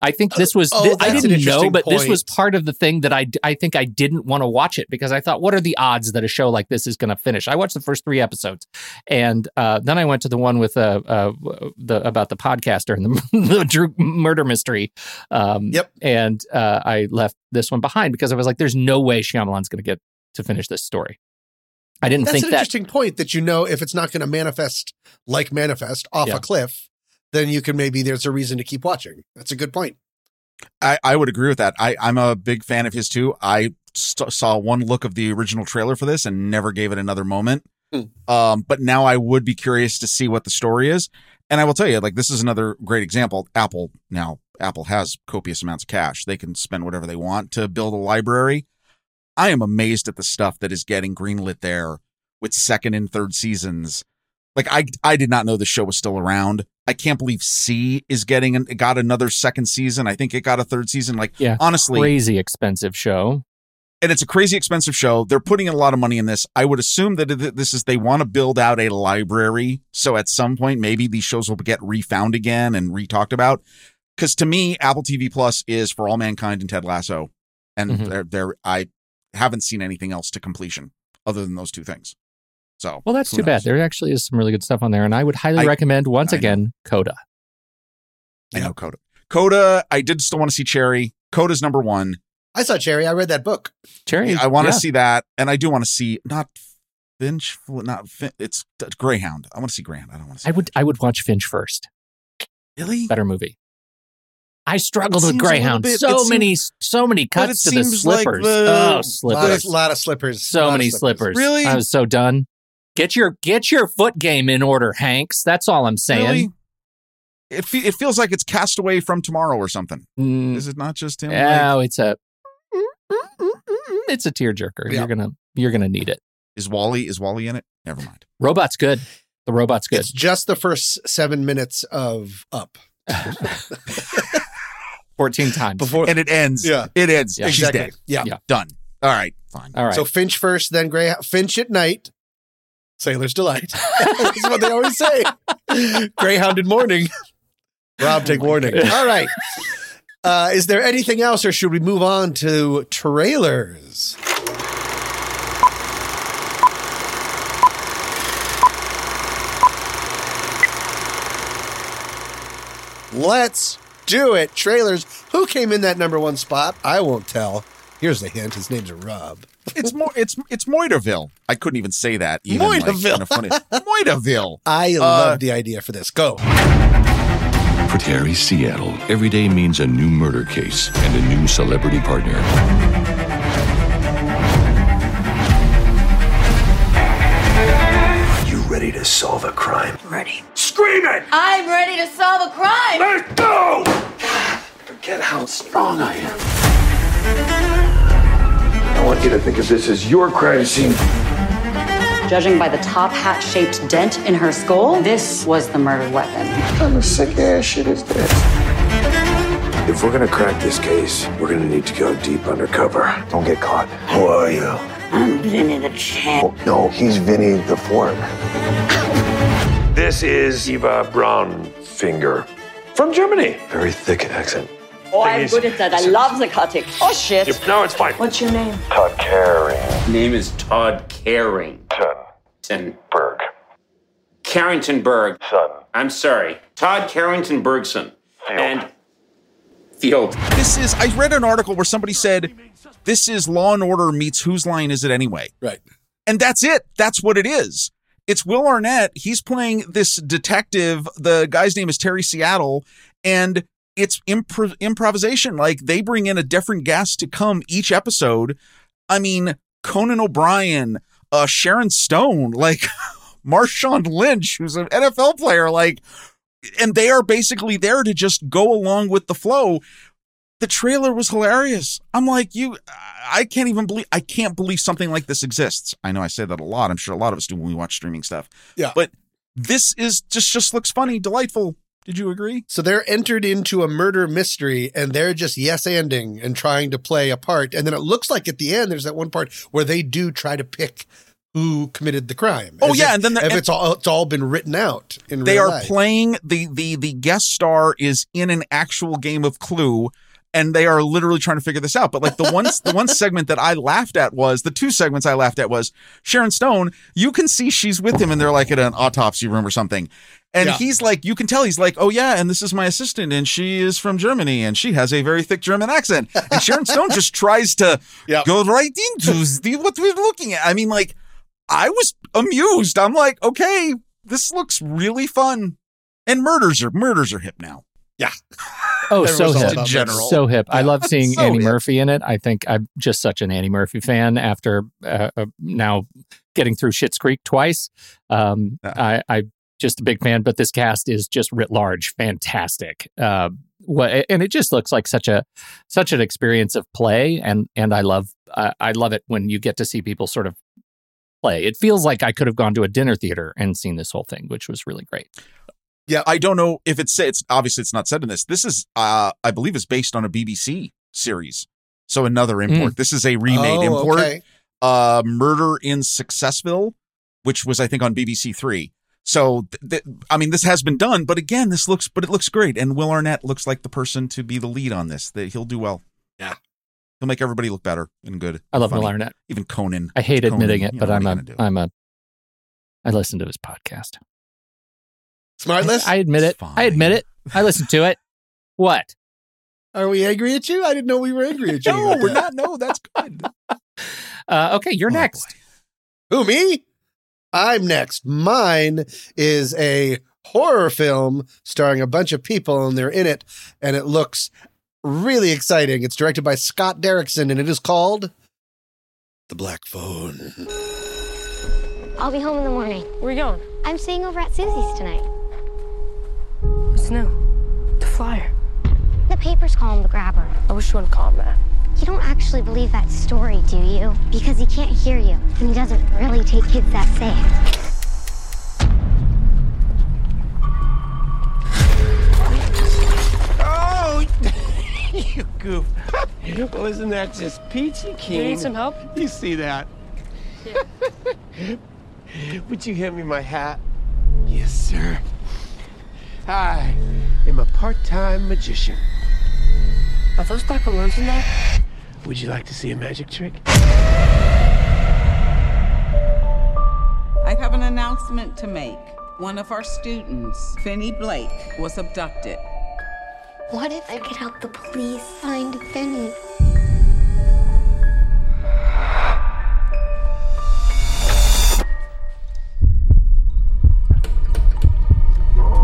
Speaker 4: I think this was
Speaker 2: Oh,
Speaker 4: thi- I
Speaker 2: that's an
Speaker 4: didn't know,
Speaker 2: interesting
Speaker 4: but this was
Speaker 2: point.
Speaker 4: part of the thing that I d- I think I didn't want to watch it because I thought, what are the odds that a show like this is going to finish? I watched the first three episodes, and uh, then I went to the one with uh, uh, the about the podcaster and the, the Drew murder mystery. Um,
Speaker 2: Yep.
Speaker 4: And uh, I left this one behind because I was like, there's no way Shyamalan's going to get to finish this story. I didn't
Speaker 2: That's
Speaker 4: think
Speaker 2: an
Speaker 4: that.
Speaker 2: interesting point that you know if it's not going to manifest like manifest off
Speaker 4: Yeah.
Speaker 2: a cliff, then you can maybe there's a reason to keep watching. That's a good point.
Speaker 3: I, I would agree with that. I, I'm a big fan of his too. I st- saw one look of the original trailer for this and never gave it another moment.
Speaker 2: Hmm.
Speaker 3: Um, but now I would be curious to see what the story is. And I will tell you, like, this is another great example. Apple now, Apple has copious amounts of cash. They can spend whatever they want to build a library. I am amazed at the stuff that is getting greenlit there with second and third seasons. Like I I did not know the show was still around. I can't believe C is getting an, got another second season. I think it got a third season. Like
Speaker 4: Yeah.
Speaker 3: honestly,
Speaker 4: Crazy expensive show.
Speaker 3: and it's a crazy expensive show. They're putting in a lot of money in this. I would assume that it- this is they want to build out a library. So at some point, maybe these shows will get refound again and re-talked about. Because to me, Apple TV Plus is for all mankind and Ted Lasso, and
Speaker 4: Mhm.
Speaker 3: they're, they're, I haven't seen anything else to completion other than those two things. So
Speaker 4: Well, that's
Speaker 3: who
Speaker 4: too bad.
Speaker 3: knows?
Speaker 4: There actually is some really good stuff on there, and I would highly
Speaker 3: I-
Speaker 4: recommend once
Speaker 3: I know.
Speaker 4: again Coda.
Speaker 3: I know Coda. Coda. I did still want to see Cherry. Coda's number one.
Speaker 2: I saw Cherry. I read that book.
Speaker 4: Terry,
Speaker 3: I want to
Speaker 4: yeah.
Speaker 3: see that, and I do want to see not Finch, not fin- it's Greyhound. I want to see Greyhound. I don't want to see.
Speaker 4: I would I would watch Finch first.
Speaker 3: really.
Speaker 4: better movie. I struggled
Speaker 3: It
Speaker 4: with
Speaker 3: seems a little
Speaker 4: Greyhound.
Speaker 3: bit-
Speaker 4: so
Speaker 3: it seems-
Speaker 4: many, so many
Speaker 3: but
Speaker 4: cuts
Speaker 3: it
Speaker 4: to the
Speaker 3: seems like
Speaker 4: slippers.
Speaker 3: the-
Speaker 4: oh,
Speaker 2: A lot of,
Speaker 4: slippers!
Speaker 2: lot of slippers.
Speaker 4: so
Speaker 2: Lot of
Speaker 4: many slippers.
Speaker 3: Really?
Speaker 4: I was so done. Get your get your foot game in order, Hanks. That's all I'm saying.
Speaker 3: Really? It fe- it feels like it's cast away from tomorrow or something.
Speaker 4: Mm,
Speaker 3: Is it not just him? like,
Speaker 4: oh, it's a it's a tearjerker.
Speaker 2: Yeah.
Speaker 4: You're gonna you're gonna need it.
Speaker 3: is Wally is Wally in it? Never mind.
Speaker 4: Robot's good. The robot's good.
Speaker 2: It's just the first seven minutes of Up.
Speaker 4: Fourteen times.
Speaker 2: Before
Speaker 3: And it ends.
Speaker 2: Yeah.
Speaker 3: It ends.
Speaker 4: Yeah.
Speaker 3: She's
Speaker 2: exactly.
Speaker 3: dead.
Speaker 2: Yeah.
Speaker 3: Done. All right. Fine.
Speaker 4: all right.
Speaker 2: So Finch first, then Grey. Finch at night, Sailor's Delight. That's what they always say. Greyhound in morning. Rob, take warning. All right. Uh, is there anything else, or should we move on to trailers? Let's do it. Trailers. Who came in that number one spot? I won't tell. Here's the hint. His name's Rob.
Speaker 3: It's more. It's it's Moiterville. I couldn't even say that. Even, like,
Speaker 2: Moiterville.
Speaker 3: in a funny- Moiterville.
Speaker 2: I love the idea for this. Go.
Speaker 6: For Terry Seattle, every day means a new murder case and a new celebrity partner.
Speaker 7: ready to solve a crime.
Speaker 8: Ready.
Speaker 7: Scream it!
Speaker 8: I'm ready to solve a crime!
Speaker 7: Let's go! Forget how strong I am. I want you to think of this as your crime scene.
Speaker 9: Judging by the top hat shaped dent in her skull, this was the murder weapon.
Speaker 7: What kind of sick ass shit is this? If we're gonna crack this case, we're gonna need to go deep undercover. Don't get caught. Who are you?
Speaker 8: I'm Vinny the Champ.
Speaker 7: Oh, no, he's Vinny the Fork. This is Eva Braunfinger from Germany. Very thick accent.
Speaker 8: Oh,
Speaker 7: Thing
Speaker 8: I'm
Speaker 7: is-
Speaker 8: good at that. I love the cutting. Oh, shit.
Speaker 7: No, it's fine.
Speaker 8: What's your name?
Speaker 7: Todd
Speaker 10: Name is Todd Carrington.
Speaker 7: Carringtonberg,
Speaker 10: Carringtonberg.
Speaker 7: son.
Speaker 10: I'm sorry. Todd Carrington Bergson. And Field.
Speaker 3: This is, I read an article where somebody said, this is Law and Order meets Whose Line Is It Anyway?
Speaker 2: Right.
Speaker 3: And that's it. That's what it is. It's Will Arnett. He's playing this detective. The guy's name is Terry Seattle. And it's impro- improvisation. Like they bring in a different guest to come each episode. I mean, Conan O'Brien, uh, Sharon Stone, like Marshawn Lynch, who's an NFL player. Like, and they are basically there to just go along with the flow. The trailer was hilarious. I'm like, you, I- I can't even believe, I can't believe something like this exists. I know I say that a lot. I'm sure a lot of us do when we watch streaming stuff.
Speaker 2: Yeah.
Speaker 3: But this is just, just looks funny, delightful. Did you agree?
Speaker 2: So they're entered into a murder mystery and they're just yes anding and trying to play a part. And then it looks like at the end, there's that one part where they do try to pick who committed the crime.
Speaker 3: Oh,
Speaker 2: As
Speaker 3: yeah,
Speaker 2: if-
Speaker 3: and then the-
Speaker 2: if
Speaker 3: and-
Speaker 2: it's all it's all been written out in
Speaker 3: they
Speaker 2: real
Speaker 3: are
Speaker 2: life.
Speaker 3: playing the the the guest star is in an actual game of clue and they are literally trying to figure this out but like the one the one segment that i laughed at was the two segments i laughed at was sharon stone you can see she's with him and they're like at an autopsy room or something and
Speaker 2: Yeah.
Speaker 3: he's like you can tell he's like oh yeah and this is my assistant and she is from germany and she has a very thick german accent and sharon stone just tries to
Speaker 2: Yep.
Speaker 3: go right into the- what we're looking at i mean like I was amused. I'm like, okay, this looks really fun. And murders are murders are hip now.
Speaker 4: Oh,
Speaker 2: There
Speaker 4: so
Speaker 2: was all
Speaker 4: hip.
Speaker 2: about this.
Speaker 3: General.
Speaker 4: So hip. I love seeing
Speaker 3: So
Speaker 4: Annie
Speaker 3: hip.
Speaker 4: Murphy in it. I think I'm just such an Annie Murphy fan after uh, uh, now getting through Schitt's Creek twice. Um,
Speaker 3: Yeah.
Speaker 4: I, I'm just a big fan, but this cast is just writ large fantastic. Uh, what, and it just looks like such a such an experience of play, and and I love uh, I love it when you get to see people sort of play. It feels like I could have gone to a dinner theater and seen this whole thing, which was really great.
Speaker 3: I don't know if it's it's obviously it's not said in this. This is uh I believe is based on a BBC series. So another
Speaker 4: Hmm.
Speaker 3: import. This is a remade
Speaker 2: Oh,
Speaker 3: import.
Speaker 2: okay.
Speaker 3: Uh Murder in Successville, which was I think on BBC 3. So th- th- I mean this has been done, but again this looks but it looks great and Will Arnett looks like the person to be the lead on this. That he'll do well.
Speaker 2: Yeah.
Speaker 3: He'll make everybody look better and good.
Speaker 4: I love
Speaker 3: Funny.
Speaker 4: Will Arnett.
Speaker 3: Even Conan.
Speaker 4: I hate
Speaker 3: Conan,
Speaker 4: admitting it,
Speaker 3: you know,
Speaker 4: but
Speaker 3: what
Speaker 4: I'm
Speaker 3: are
Speaker 4: a
Speaker 3: you gonna do?
Speaker 4: I'm a I listen to his podcast.
Speaker 2: Smartless,
Speaker 4: I admit
Speaker 3: It's
Speaker 4: it. I admit
Speaker 3: fine.
Speaker 4: it. I listen to it. What?
Speaker 2: are we angry at you? I didn't know we were angry at you.
Speaker 3: No,
Speaker 2: about
Speaker 3: we're
Speaker 2: that.
Speaker 3: not. No, that's good.
Speaker 4: Uh, okay, you're
Speaker 3: Oh,
Speaker 4: next.
Speaker 2: Who, me? I'm next. Mine is a horror film starring a bunch of people, and they're in it, and it looks really exciting. It's directed by Scott Derrickson, and it is called The Black Phone.
Speaker 8: I'll be home in the morning. Where you going?
Speaker 9: I'm staying over at Susie's tonight.
Speaker 8: What's new? The flyer.
Speaker 9: The papers call him the grabber.
Speaker 8: I wish you wouldn't call him that.
Speaker 9: You don't actually believe that story, do you? Because he can't hear you, and he doesn't really take kids that safe.
Speaker 7: Oh, you goof. Well, isn't that just peachy keen?
Speaker 8: You need some help?
Speaker 7: You see that? Would you hand me my hat? Yes, sir. I am a part-time magician.
Speaker 8: Are those black balloons in there?
Speaker 7: Would you like to see a magic trick?
Speaker 10: I have an announcement to make. One of our students, Finney Blake, was abducted.
Speaker 9: What if I could help the police find Benny?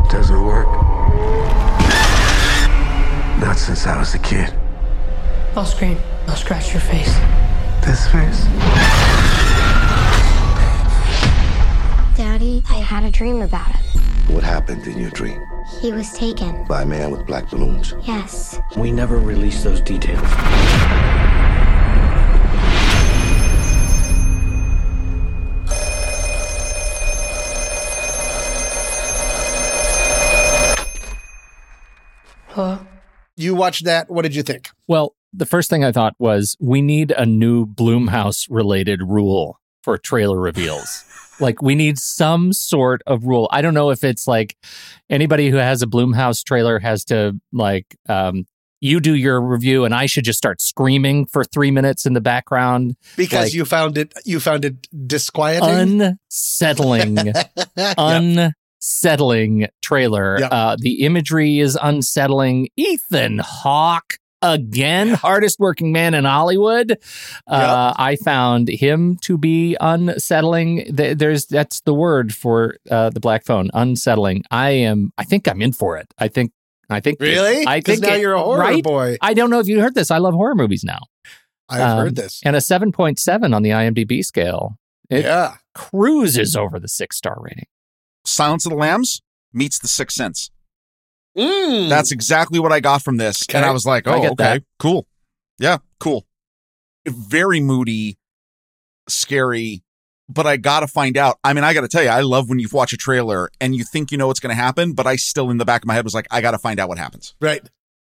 Speaker 7: Doesn't work. Not since I was a kid.
Speaker 8: I'll scream. I'll scratch your face.
Speaker 7: This face.
Speaker 9: Daddy, Suddenly, I had a dream about him.
Speaker 7: What happened in your dream?
Speaker 9: He was taken.
Speaker 7: By a man with black balloons.
Speaker 9: Yes.
Speaker 11: We never release those details.
Speaker 2: Huh? You watched that. What did you think?
Speaker 4: Well, the first thing I thought was we need a new Bloomhouse related rule for trailer reveals. like we need some sort of rule. I don't know if it's like anybody who has a Bloomhouse trailer has to like um you do your review and I should just start screaming for 3 minutes in the background
Speaker 2: Because
Speaker 4: Like,
Speaker 2: you found it you found it disquieting.
Speaker 4: unsettling
Speaker 2: Yep.
Speaker 4: unsettling trailer
Speaker 2: Yep.
Speaker 4: uh the imagery is unsettling ethan hawke again hardest working man in hollywood uh i found him to be unsettling Th- there's that's the word for uh the black phone unsettling i am i think i'm in for it i think i think
Speaker 2: Really?
Speaker 4: i
Speaker 2: 'Cause
Speaker 4: think
Speaker 2: now
Speaker 4: it-
Speaker 2: you're a horror
Speaker 4: right?
Speaker 2: boy.
Speaker 4: i don't know if you heard this i love horror movies now
Speaker 2: I've
Speaker 4: um,
Speaker 2: heard this.
Speaker 4: And a 7.7 on the IMDb scale. It
Speaker 2: yeah.
Speaker 4: cruises over the six star rating.
Speaker 3: Silence of the Lambs meets The Sixth Sense.
Speaker 2: Mm.
Speaker 3: That's exactly what I got from this. And
Speaker 4: Okay.
Speaker 3: I was like, oh,
Speaker 4: I
Speaker 3: okay,
Speaker 4: get that.
Speaker 3: cool. Yeah, cool. Very moody, scary, but I got to find out. I mean, I got to tell you, I love when you watch a trailer and you think you know what's going to happen, but I still in the back of my head was like, I got to find out what happens.
Speaker 2: Right.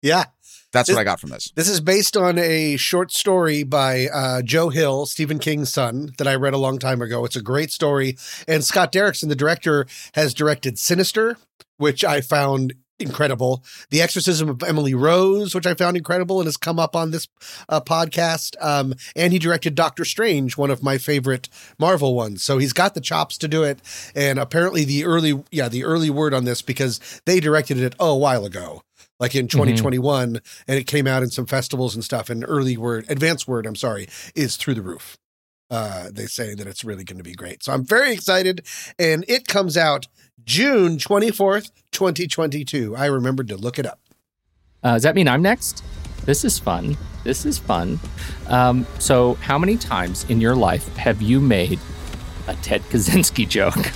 Speaker 2: Yeah.
Speaker 3: That's
Speaker 2: This-
Speaker 3: what I got from this.
Speaker 2: This is based on a short story by uh, Joe Hill, Stephen King's son, that I read a long time ago. It's a great story. And Scott Derrickson, the director, has directed Sinister, which I found incredible. The Exorcism of Emily Rose, which I found incredible and has come up on this uh, podcast. Um, and he directed Doctor Strange, one of my favorite Marvel ones. So he's got the chops to do it. And apparently, the early, yeah, the early word on this, because they directed it a while ago. Like in 2021, and it came out in some festivals and stuff. And early word, advanced word, I'm sorry, is through the roof. Uh, they say that it's really going to be great. So I'm very excited. And it comes out June 24th, 2022. I remembered to look it up.
Speaker 4: Uh, does that mean I'm next? This is fun. This is fun. Um, so, how many times in your life have you made a Ted Kaczynski joke?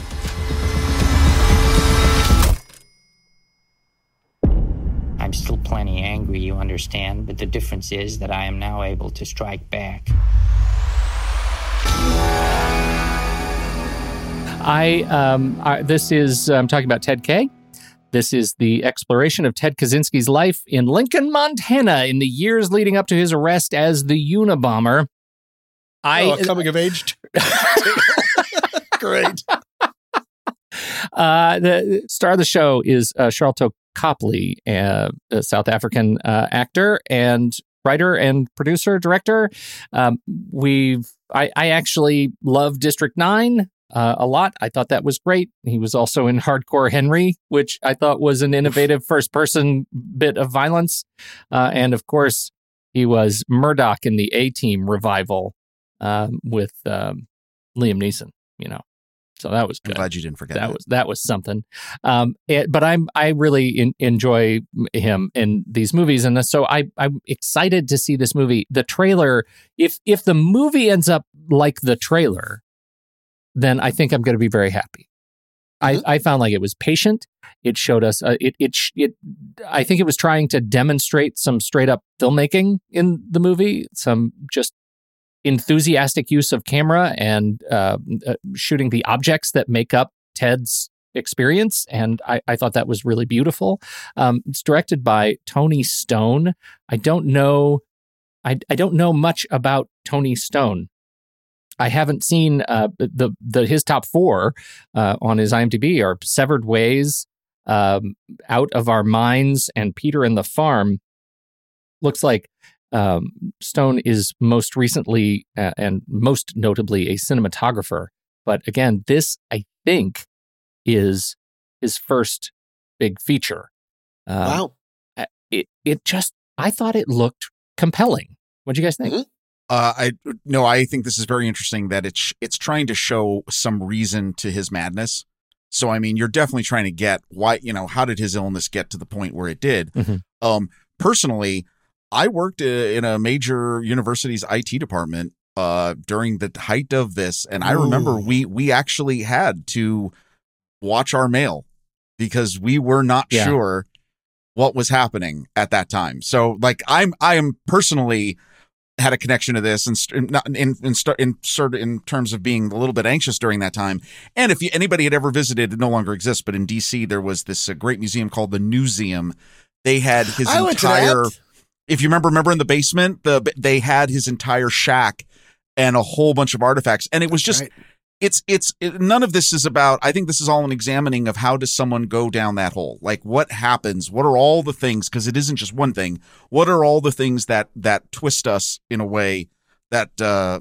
Speaker 12: I'm still plenty angry, you understand, but the difference is that I am now able to strike back.
Speaker 4: I, um, I this is I'm talking about Ted K. This is the exploration of Ted Kaczynski's life in Lincoln, Montana, in the years leading up to his arrest as the Unabomber. I
Speaker 2: oh, a coming of age. Great.
Speaker 4: Uh, the star of the show is uh, Charlton Copley, uh, a South African uh, actor and writer and producer director. Um, we've I, I actually love District Nine. Uh, a lot. I thought that was great. He was also in Hardcore Henry, which I thought was an innovative first person bit of violence. Uh, and of course, he was Murdoch in the A Team revival um, with um, Liam Neeson, you know. So that was
Speaker 3: I'm
Speaker 4: good
Speaker 3: glad you didn't forget
Speaker 4: that
Speaker 3: that.
Speaker 4: was that was something. Um, it- but I'm I really in, enjoy him in these movies, and so I I'm excited to see this movie. The trailer, if if the movie ends up like the trailer, then I think I'm going to be very happy. I, I found like it was patient. It showed us uh, it it sh- it. I think it was trying to demonstrate some straight up filmmaking in the movie, some just enthusiastic use of camera and uh, uh, shooting the objects that make up Ted's experience. And I, I thought that was really beautiful. Um, it's directed by Tony Stone. I don't know. I, I don't know much about Tony Stone. I haven't seen uh, the the his top four uh, on his IMDb are Severed Ways, um, Out of Our Minds, and Peter and the Farm. Looks like um, Stone is most recently uh, and most notably a cinematographer. But again, this I think is his first big feature. Uh,
Speaker 2: wow.
Speaker 4: wow! It it just I thought it looked compelling. What do you guys think?
Speaker 3: Uh, I no, I think this is very interesting that it's it's trying to show some reason to his madness. So I mean, you're definitely trying to get why you know how did his illness get to the point where it did.
Speaker 4: Mhm.
Speaker 3: Um, personally, I worked uh, in a major university's IT department uh during the height of this, and I remember
Speaker 2: Ooh.
Speaker 3: we we actually had to watch our mail because we were not
Speaker 4: Yeah.
Speaker 3: sure what was happening at that time. So like I'm I am personally had a connection to this and st- not in in, st- in sort of in terms of being a little bit anxious during that time. And if you, anybody had ever visited, it no longer exists, but in DC there was this uh, great museum called the Newseum. They had his
Speaker 2: I went to
Speaker 3: entire
Speaker 2: that.
Speaker 3: if you remember remember in the basement the they had his entire shack and a whole bunch of artifacts and it was just it's it's it, none of this is about i think this is all an examining of how does someone go down that hole like what happens what are all the things because it isn't just one thing what are all the things that that twist us in a way that uh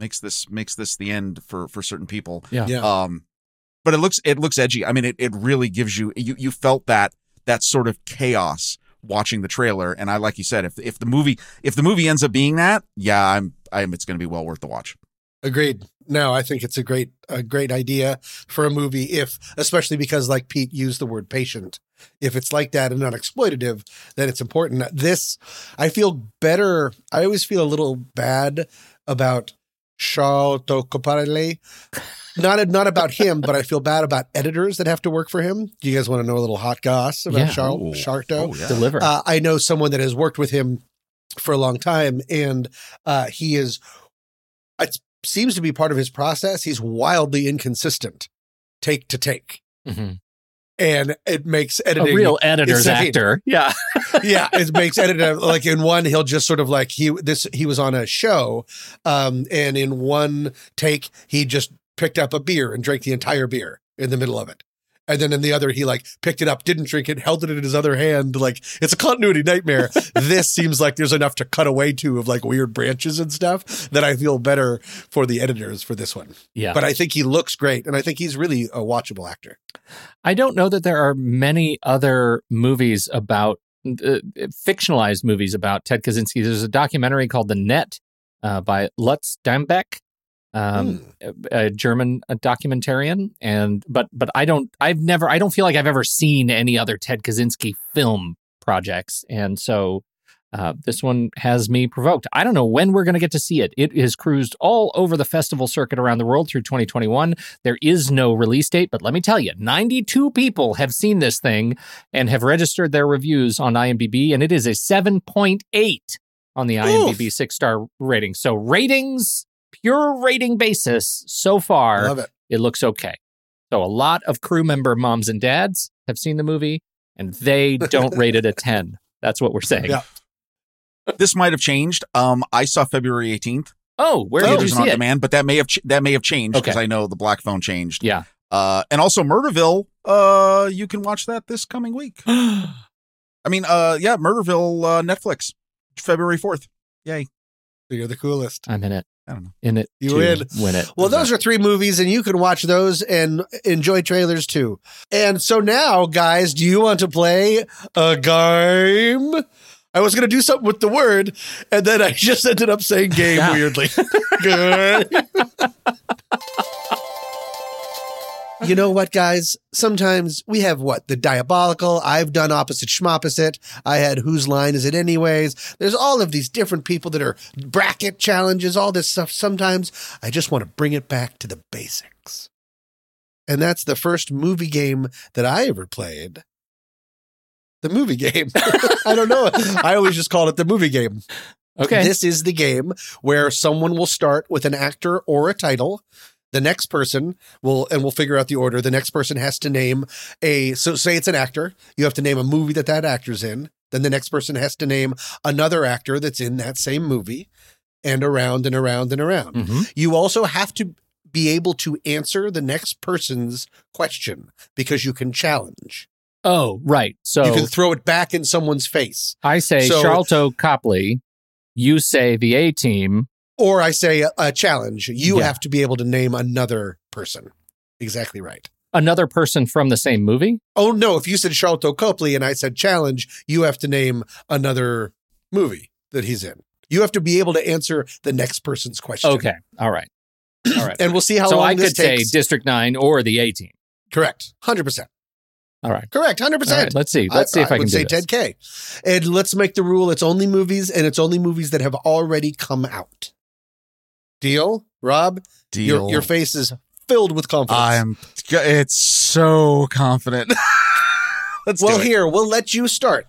Speaker 3: makes this makes this the end for for certain people
Speaker 4: Yeah. Yeah.
Speaker 3: um but it looks it looks edgy i mean it, it really gives you you you felt that that sort of chaos watching the trailer and i like you said if if the movie if the movie ends up being that yeah i'm i'm it's going to be well worth the watch
Speaker 2: Agreed. No, I think it's a great a great idea for a movie if especially because like Pete used the word patient. If it's like that and not exploitative, then it's important. This I feel better. I always feel a little bad about Charles Tocoparelli. Not not about him, but I feel bad about editors that have to work for him. Do you guys want to know a little hot goss about
Speaker 4: Yeah.
Speaker 2: Charles
Speaker 4: Ooh.
Speaker 2: Sharto?
Speaker 4: Oh, yeah. Deliver.
Speaker 2: Uh, I know someone that has worked with him for a long time, and uh, he is it seems to be part of his process. He's wildly inconsistent, take to take,
Speaker 4: Mm-hmm.
Speaker 2: and it makes editing
Speaker 4: real editor's
Speaker 2: insane.
Speaker 4: actor. Yeah.
Speaker 2: yeah, it makes editing like in one he'll just sort of like he this he was on a show, um, and in one take he just picked up a beer and drank the entire beer in the middle of it. And then in the other, he like picked it up, didn't drink it, held it in his other hand. Like it's a continuity nightmare. this seems like there's enough to cut away to of like weird branches and stuff that I feel better for the editors for this one.
Speaker 4: Yeah.
Speaker 2: But I think he looks great. And I think he's really a watchable actor.
Speaker 4: I don't know that there are many other movies about uh, fictionalized movies about Ted Kaczynski. There's a documentary called The Net uh, by Lutz Dimbeck, um, a, a German uh, documentarian, and but but I don't I've never I don't feel like I've ever seen any other Ted Kaczynski film projects, and so. Uh, this one has me provoked. I don't know when we're going to get to see it. It has cruised all over the festival circuit around the world through 2021. There is no release date, but let me tell you, 92 people have seen this thing and have registered their reviews on IMDb, and it is a 7.8 on the IMDb six star rating. So ratings, pure rating basis so far.
Speaker 2: Love it.
Speaker 4: It looks okay. So a lot of crew member moms and dads have seen the movie, and they don't rate it a 10. That's what we're saying.
Speaker 3: Yeah. this might have changed um i saw february 18th
Speaker 4: Oh, where did you
Speaker 3: theaters and on
Speaker 4: see it?
Speaker 3: demand but that may have ch- that may have changed because
Speaker 4: Okay.
Speaker 3: i know the black phone changed
Speaker 4: Yeah.
Speaker 3: uh and also murderville uh you can watch that this coming week i mean uh yeah murderville uh netflix february 4th yay
Speaker 2: You're the coolest.
Speaker 4: I'm in it.
Speaker 3: I don't know.
Speaker 4: In it.
Speaker 2: You
Speaker 4: to
Speaker 2: win.
Speaker 4: Win it.
Speaker 2: Well, those are three movies, and you can watch those and enjoy trailers too. And so now, guys, do you want to play a game? I was going to do something with the word, and then I just ended up saying game
Speaker 4: Yeah.
Speaker 2: weirdly. Good. you know what, guys? Sometimes we have what? The diabolical. I've done opposite schmopposite. I had whose line is it anyways? There's all of these different people that are bracket challenges, all this stuff. Sometimes I just want to bring it back to the basics. And that's the first movie game that I ever played. The movie game. I don't know. I always just called it the movie game.
Speaker 4: Okay.
Speaker 2: This is the game where someone will start with an actor or a title. The next person will, and we'll figure out the order. The next person has to name a, so say it's an actor. You have to name a movie that that actor's in. Then the next person has to name another actor that's in that same movie and around and around and around.
Speaker 4: Mm-hmm. Hmm.
Speaker 2: You also have to be able to answer the next person's question because you can challenge.
Speaker 4: Oh, right. So
Speaker 2: you can throw it back in someone's face.
Speaker 4: I say
Speaker 2: So-
Speaker 4: Charlton Copley. You say the A team.
Speaker 2: Or I say a, a challenge. You
Speaker 4: Yeah.
Speaker 2: have to be able to name another person. Exactly right.
Speaker 4: Another person from the same movie?
Speaker 2: Oh no, if you said Charlton Copley and I said challenge, you have to name another movie that he's in. You have to be able to answer the next person's question.
Speaker 4: Okay. All right. All right.
Speaker 2: And we'll see how
Speaker 4: so
Speaker 2: long
Speaker 4: I
Speaker 2: this
Speaker 4: could
Speaker 2: takes.
Speaker 4: say District 9 or the A team.
Speaker 2: Correct. 100%.
Speaker 4: All right.
Speaker 2: Correct, hundred
Speaker 4: All
Speaker 2: percent.
Speaker 4: right, let's see. Let's see if I can do
Speaker 2: would say
Speaker 4: this.
Speaker 2: 10k, and let's make the rule: it's only movies, and it's only movies that have already come out. Deal, Rob.
Speaker 3: Deal.
Speaker 2: Your, your face is filled with confidence.
Speaker 3: I'm. It's so confident. Let's
Speaker 2: well,
Speaker 3: do it.
Speaker 2: here we'll let you start.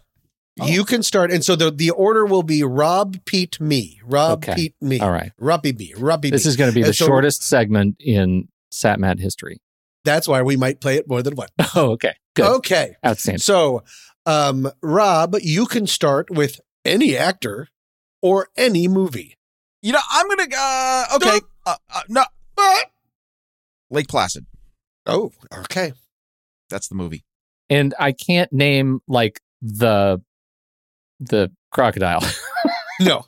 Speaker 4: Oh.
Speaker 2: You can start, and so the the order will be Rob, Pete, me, Rob,
Speaker 4: Okay.
Speaker 2: Pete, me.
Speaker 4: All right.
Speaker 2: Robbie B, Robbie.
Speaker 4: This
Speaker 2: B.
Speaker 4: is going to be
Speaker 2: And
Speaker 4: the
Speaker 2: so
Speaker 4: shortest segment in SatMat history.
Speaker 2: That's why we might play it more than once.
Speaker 4: Oh, okay. Good.
Speaker 2: Okay.
Speaker 4: Outstanding.
Speaker 2: So, um, Rob, you can start with any actor or any movie.
Speaker 3: You know, I'm gonna. Uh, okay. Uh, uh, no. uh, Lake Placid.
Speaker 2: Oh, okay.
Speaker 3: That's the movie.
Speaker 4: and I can't name like the the crocodile.
Speaker 2: No.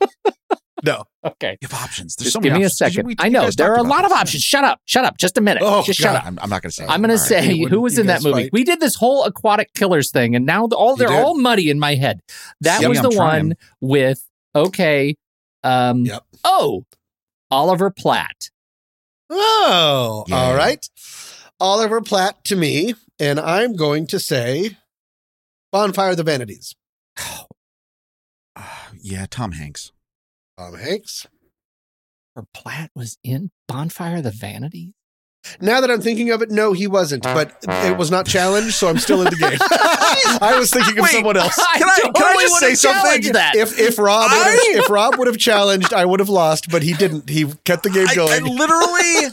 Speaker 2: No.
Speaker 4: okay.
Speaker 3: You have options. There's
Speaker 4: Just
Speaker 3: so many
Speaker 4: give me a
Speaker 3: options. Did you-
Speaker 4: second.
Speaker 3: we-
Speaker 4: I
Speaker 3: you
Speaker 4: know
Speaker 3: guys
Speaker 4: there are
Speaker 3: talked
Speaker 4: a
Speaker 3: about
Speaker 4: lot of options. Shut up. Shut up. Just a minute.
Speaker 3: Oh,
Speaker 4: just
Speaker 3: God.
Speaker 4: shut up.
Speaker 3: I'm, I'm not gonna say.
Speaker 4: I'm going
Speaker 3: All
Speaker 4: to
Speaker 3: right.
Speaker 4: say
Speaker 3: You
Speaker 4: who
Speaker 3: wouldn't-
Speaker 4: was
Speaker 3: you
Speaker 4: in that
Speaker 3: guys
Speaker 4: movie.
Speaker 3: fight.
Speaker 4: We did this whole aquatic killers thing, and now all they're
Speaker 3: did.
Speaker 4: all muddy in my head. That
Speaker 3: Yep.
Speaker 4: was
Speaker 3: Yeah,
Speaker 4: the
Speaker 3: I'm
Speaker 4: one
Speaker 3: trying.
Speaker 4: with okay. Um,
Speaker 2: Yep.
Speaker 4: Oh, Oliver Platt.
Speaker 2: Oh,
Speaker 3: Yeah.
Speaker 2: all right. Oliver Platt to me, and I'm going to say Bonfire of the Vanities.
Speaker 3: Yeah, Tom Hanks.
Speaker 2: Tom Hanks.
Speaker 4: Or Platt was in Bonfire of the Vanity.
Speaker 2: Now that I'm thinking of it, no, he wasn't, but it was not challenged, so I'm still in the game. I was thinking of
Speaker 3: Ah, Wait.
Speaker 2: someone else.
Speaker 3: Can I- can I
Speaker 4: totally would've
Speaker 3: just say something?
Speaker 4: challenged That.
Speaker 2: If if Rob would have,
Speaker 3: I-
Speaker 2: if Rob would have challenged, I would have lost, but he didn't. He kept the game
Speaker 3: I, I
Speaker 2: going.
Speaker 3: literally.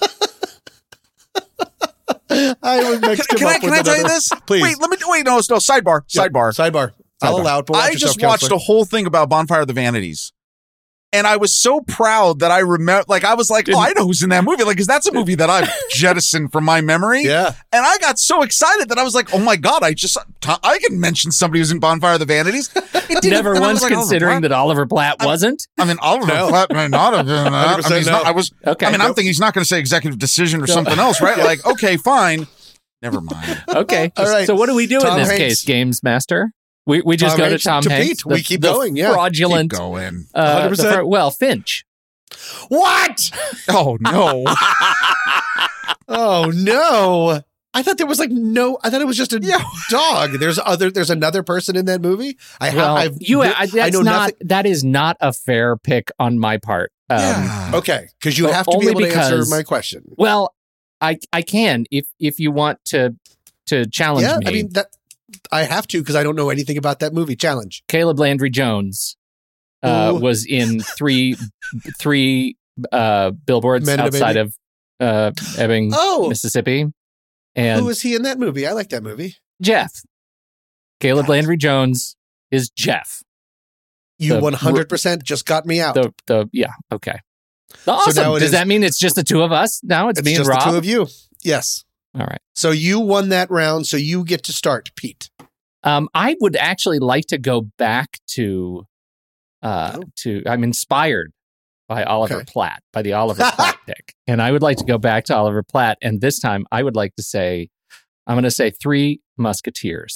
Speaker 2: I, was
Speaker 3: can
Speaker 2: next
Speaker 3: can
Speaker 2: him
Speaker 3: I?
Speaker 2: up
Speaker 3: Can
Speaker 2: with
Speaker 3: I tell you
Speaker 2: another-
Speaker 3: this?
Speaker 2: Please.
Speaker 3: Wait. Let me. Wait. No. No. Sidebar.
Speaker 2: Yep,
Speaker 3: Sidebar.
Speaker 2: Sidebar. I'll
Speaker 3: Sidebar.
Speaker 2: allow it, but watch
Speaker 3: I
Speaker 2: yourself,
Speaker 3: just watched a
Speaker 2: counselor.
Speaker 3: whole thing about Bonfire of the Vanities. And I was so proud that I remember, like, I was like, oh, I know who's in that movie. Like, because that's a movie that I've jettisoned from my memory.
Speaker 2: Yeah.
Speaker 3: And I got so excited that I was like, oh my God, I just, I can mention somebody who's in Bonfire of the Vanities. It didn't-
Speaker 4: Never
Speaker 3: and I
Speaker 4: once
Speaker 3: was
Speaker 2: "Oh,
Speaker 3: like, Oliver
Speaker 4: considering
Speaker 3: Platt?
Speaker 4: that Oliver Platt wasn't.
Speaker 3: I mean, Oliver
Speaker 2: No.
Speaker 3: Platt may not have been. that. I,
Speaker 2: 100%
Speaker 3: mean, he's not-
Speaker 2: no.
Speaker 3: I was,
Speaker 4: Okay.
Speaker 3: I mean, I'm
Speaker 4: Nope.
Speaker 3: thinking he's not going to say executive decision or something else, right? Like, okay, fine. Never mind.
Speaker 4: Okay.
Speaker 2: All right.
Speaker 4: So what do we do
Speaker 2: Tom
Speaker 4: in this
Speaker 2: Hanks.
Speaker 4: case, Games Master? We, we just
Speaker 2: Tom
Speaker 4: go
Speaker 2: Hanks.
Speaker 4: to Tom
Speaker 2: To
Speaker 4: Hanks.
Speaker 2: Pete. We keep going, yeah. Keep
Speaker 4: Fraudulent.
Speaker 3: Keep going.
Speaker 4: uh, the
Speaker 2: 100%.
Speaker 4: fr- well, Finch.
Speaker 2: What?
Speaker 3: Oh, no.
Speaker 2: Um, Oh no. I thought there was like no. I thought it was just a
Speaker 3: Yeah.
Speaker 2: dog. There's other. There's another person in that movie. I have.
Speaker 4: Well,
Speaker 2: I've,
Speaker 4: you. I, that's
Speaker 2: know
Speaker 4: not.
Speaker 2: nothing.
Speaker 4: That is not a fair pick on my part. Um,
Speaker 3: Yeah.
Speaker 2: Okay, because you
Speaker 4: O-
Speaker 2: have to be
Speaker 4: only
Speaker 2: able to answer
Speaker 4: because-
Speaker 2: my question.
Speaker 4: Well, I I can if if you want to to challenge
Speaker 2: Yeah,
Speaker 4: me.
Speaker 2: I mean that. I have to because I don't know anything about that movie. Challenge.
Speaker 4: Caleb Landry Jones uh,
Speaker 2: Who?
Speaker 4: was in three three uh, billboards
Speaker 2: Men and a
Speaker 4: outside
Speaker 2: Baby.
Speaker 4: of uh, Ebbing,
Speaker 2: Oh,
Speaker 4: Mississippi,
Speaker 2: who
Speaker 4: and
Speaker 2: was he in that movie? I like that movie.
Speaker 4: Jeff. Caleb Landry Jones is Jeff.
Speaker 2: You
Speaker 4: The-
Speaker 2: one hundred percent just got me out.
Speaker 4: The the yeah okay. Awesome.
Speaker 2: Oh. now it
Speaker 4: Does
Speaker 2: is-
Speaker 4: that mean it's just the two of us? Now it's,
Speaker 2: it's
Speaker 4: me and
Speaker 2: just
Speaker 4: Rob.
Speaker 2: the two of you. Yes.
Speaker 4: All right.
Speaker 2: So you won that round. So you get to start, Pete.
Speaker 4: Um, I would actually like to go back to, uh,
Speaker 2: Oh.
Speaker 4: to I'm inspired by Oliver
Speaker 2: Okay.
Speaker 4: Platt by the Oliver Platt pick, and I would like to go back to Oliver Platt, and this time I would like to say, I'm going to say Three Musketeers.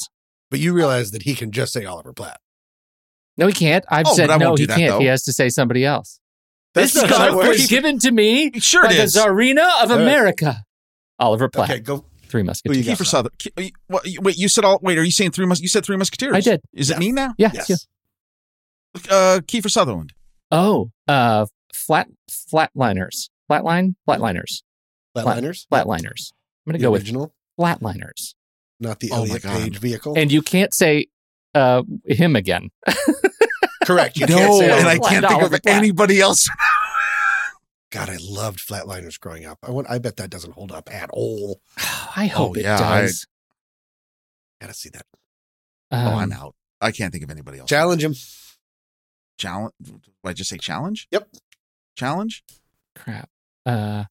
Speaker 2: But you realize that he can just say Oliver Platt.
Speaker 4: No, he can't. I've
Speaker 3: Oh,
Speaker 4: said
Speaker 3: but I
Speaker 4: no,
Speaker 3: won't do
Speaker 4: he
Speaker 3: that,
Speaker 4: can't. He
Speaker 3: though.
Speaker 4: has to say somebody else.
Speaker 2: That's
Speaker 4: this
Speaker 2: not how
Speaker 4: scarf
Speaker 2: it works.
Speaker 4: was given to me
Speaker 3: Sure
Speaker 4: by
Speaker 3: it
Speaker 4: the
Speaker 3: is.
Speaker 4: Tsarina of
Speaker 2: All right.
Speaker 4: America, Oliver Platt.
Speaker 2: Okay, go.
Speaker 4: Three
Speaker 2: Who you
Speaker 4: Musketeers.
Speaker 2: got?
Speaker 3: Kiefer Sutherland. Ki- uh, you- what- you- Wait, you said all. Wait, are you saying three? Mus- you said three Musketeers.
Speaker 4: I did.
Speaker 3: Is
Speaker 2: Yes.
Speaker 3: it me now?
Speaker 4: Yeah.
Speaker 2: Yes.
Speaker 4: yeah.
Speaker 3: Uh, Kiefer Sutherland.
Speaker 4: Oh, uh, flat flatliners, flatline, flatliners,
Speaker 2: Flatliners.
Speaker 4: flatliners. I'm going to
Speaker 2: The
Speaker 4: go with
Speaker 2: original,
Speaker 4: flatliners.
Speaker 2: not the
Speaker 3: Oh my
Speaker 2: Elliot
Speaker 3: God.
Speaker 2: Page vehicle.
Speaker 4: And you can't say uh, him again.
Speaker 2: Correct. You can't
Speaker 3: No,
Speaker 2: say
Speaker 3: and I
Speaker 2: Oliver Platt.
Speaker 3: can't think
Speaker 4: Oliver
Speaker 3: of
Speaker 4: Platt.
Speaker 3: anybody else.
Speaker 2: God, I loved Flatliners growing up. I want. I bet that doesn't hold up at all.
Speaker 4: I hope
Speaker 3: Oh,
Speaker 4: it
Speaker 3: yeah, I-
Speaker 4: does.
Speaker 2: Gotta see that.
Speaker 3: oh,
Speaker 4: Um,
Speaker 3: I'm out. I can't think of anybody else.
Speaker 2: Challenge him.
Speaker 3: challenge. Did I just say challenge?
Speaker 2: Yep.
Speaker 3: Challenge.
Speaker 4: Crap. Uh,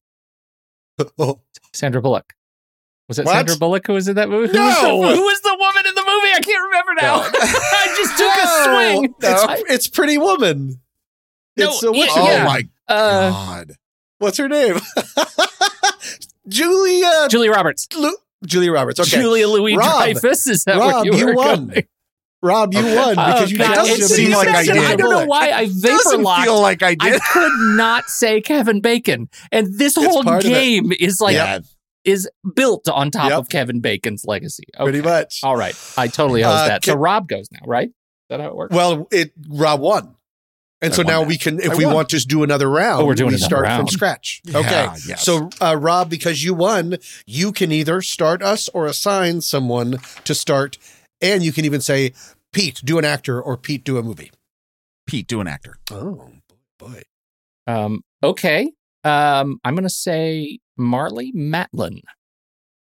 Speaker 2: Oh,
Speaker 4: Sandra Bullock. Was it
Speaker 2: What?
Speaker 4: Sandra Bullock who was in that movie?
Speaker 2: No!
Speaker 4: Who was the, who was the woman in the movie? I can't remember now. I just took a swing.
Speaker 2: It's, it's Pretty Woman.
Speaker 4: No,
Speaker 2: It's, uh, what's,
Speaker 4: yeah,
Speaker 3: Oh
Speaker 2: her
Speaker 4: yeah.
Speaker 2: name?
Speaker 3: my
Speaker 4: I- uh,
Speaker 3: god.
Speaker 2: what's her name? Julia.
Speaker 4: Julie Roberts.
Speaker 2: Lu- Julia Roberts. Okay.
Speaker 4: Julia Louis
Speaker 2: Rob,
Speaker 4: Dreyfus. Is that
Speaker 2: Rob,
Speaker 4: what
Speaker 2: you,
Speaker 4: you, were
Speaker 2: won.
Speaker 4: going?
Speaker 2: Rob, you
Speaker 3: Okay.
Speaker 2: won because
Speaker 4: Oh,
Speaker 2: you
Speaker 4: God.
Speaker 3: doesn't
Speaker 2: challenged
Speaker 4: It's-
Speaker 2: him.
Speaker 3: seem
Speaker 4: you
Speaker 3: like
Speaker 4: said
Speaker 3: I
Speaker 4: that.
Speaker 3: did.
Speaker 4: I don't know why I vapor
Speaker 3: Doesn't
Speaker 4: locked.
Speaker 3: feel like I
Speaker 4: I
Speaker 3: did.
Speaker 4: could not say Kevin Bacon, and this whole
Speaker 2: part of it.
Speaker 4: game is like
Speaker 3: yeah.
Speaker 4: is built on top
Speaker 2: Yep.
Speaker 4: of Kevin Bacon's legacy. Okay.
Speaker 2: Pretty much.
Speaker 4: All right, I totally host
Speaker 2: Uh,
Speaker 4: that. So
Speaker 2: Ke-
Speaker 4: Rob goes now, right? Is that how it works?
Speaker 2: Well, it Rob won. And so
Speaker 3: I won
Speaker 2: now
Speaker 3: that.
Speaker 2: we can, if
Speaker 3: I
Speaker 2: we
Speaker 3: won.
Speaker 2: want to just do another round,
Speaker 4: Oh, we're doing
Speaker 2: we
Speaker 4: another
Speaker 2: start from
Speaker 4: round.
Speaker 2: scratch.
Speaker 3: Yeah,
Speaker 2: okay.
Speaker 3: yes.
Speaker 2: So, uh, Rob, because you won, you can either start us or assign someone to start. And you can even say, Pete, do an actor or Pete, do a movie.
Speaker 3: Pete, do an actor.
Speaker 2: Oh, boy.
Speaker 4: Um, okay. Um, I'm going to say Marley Matlin.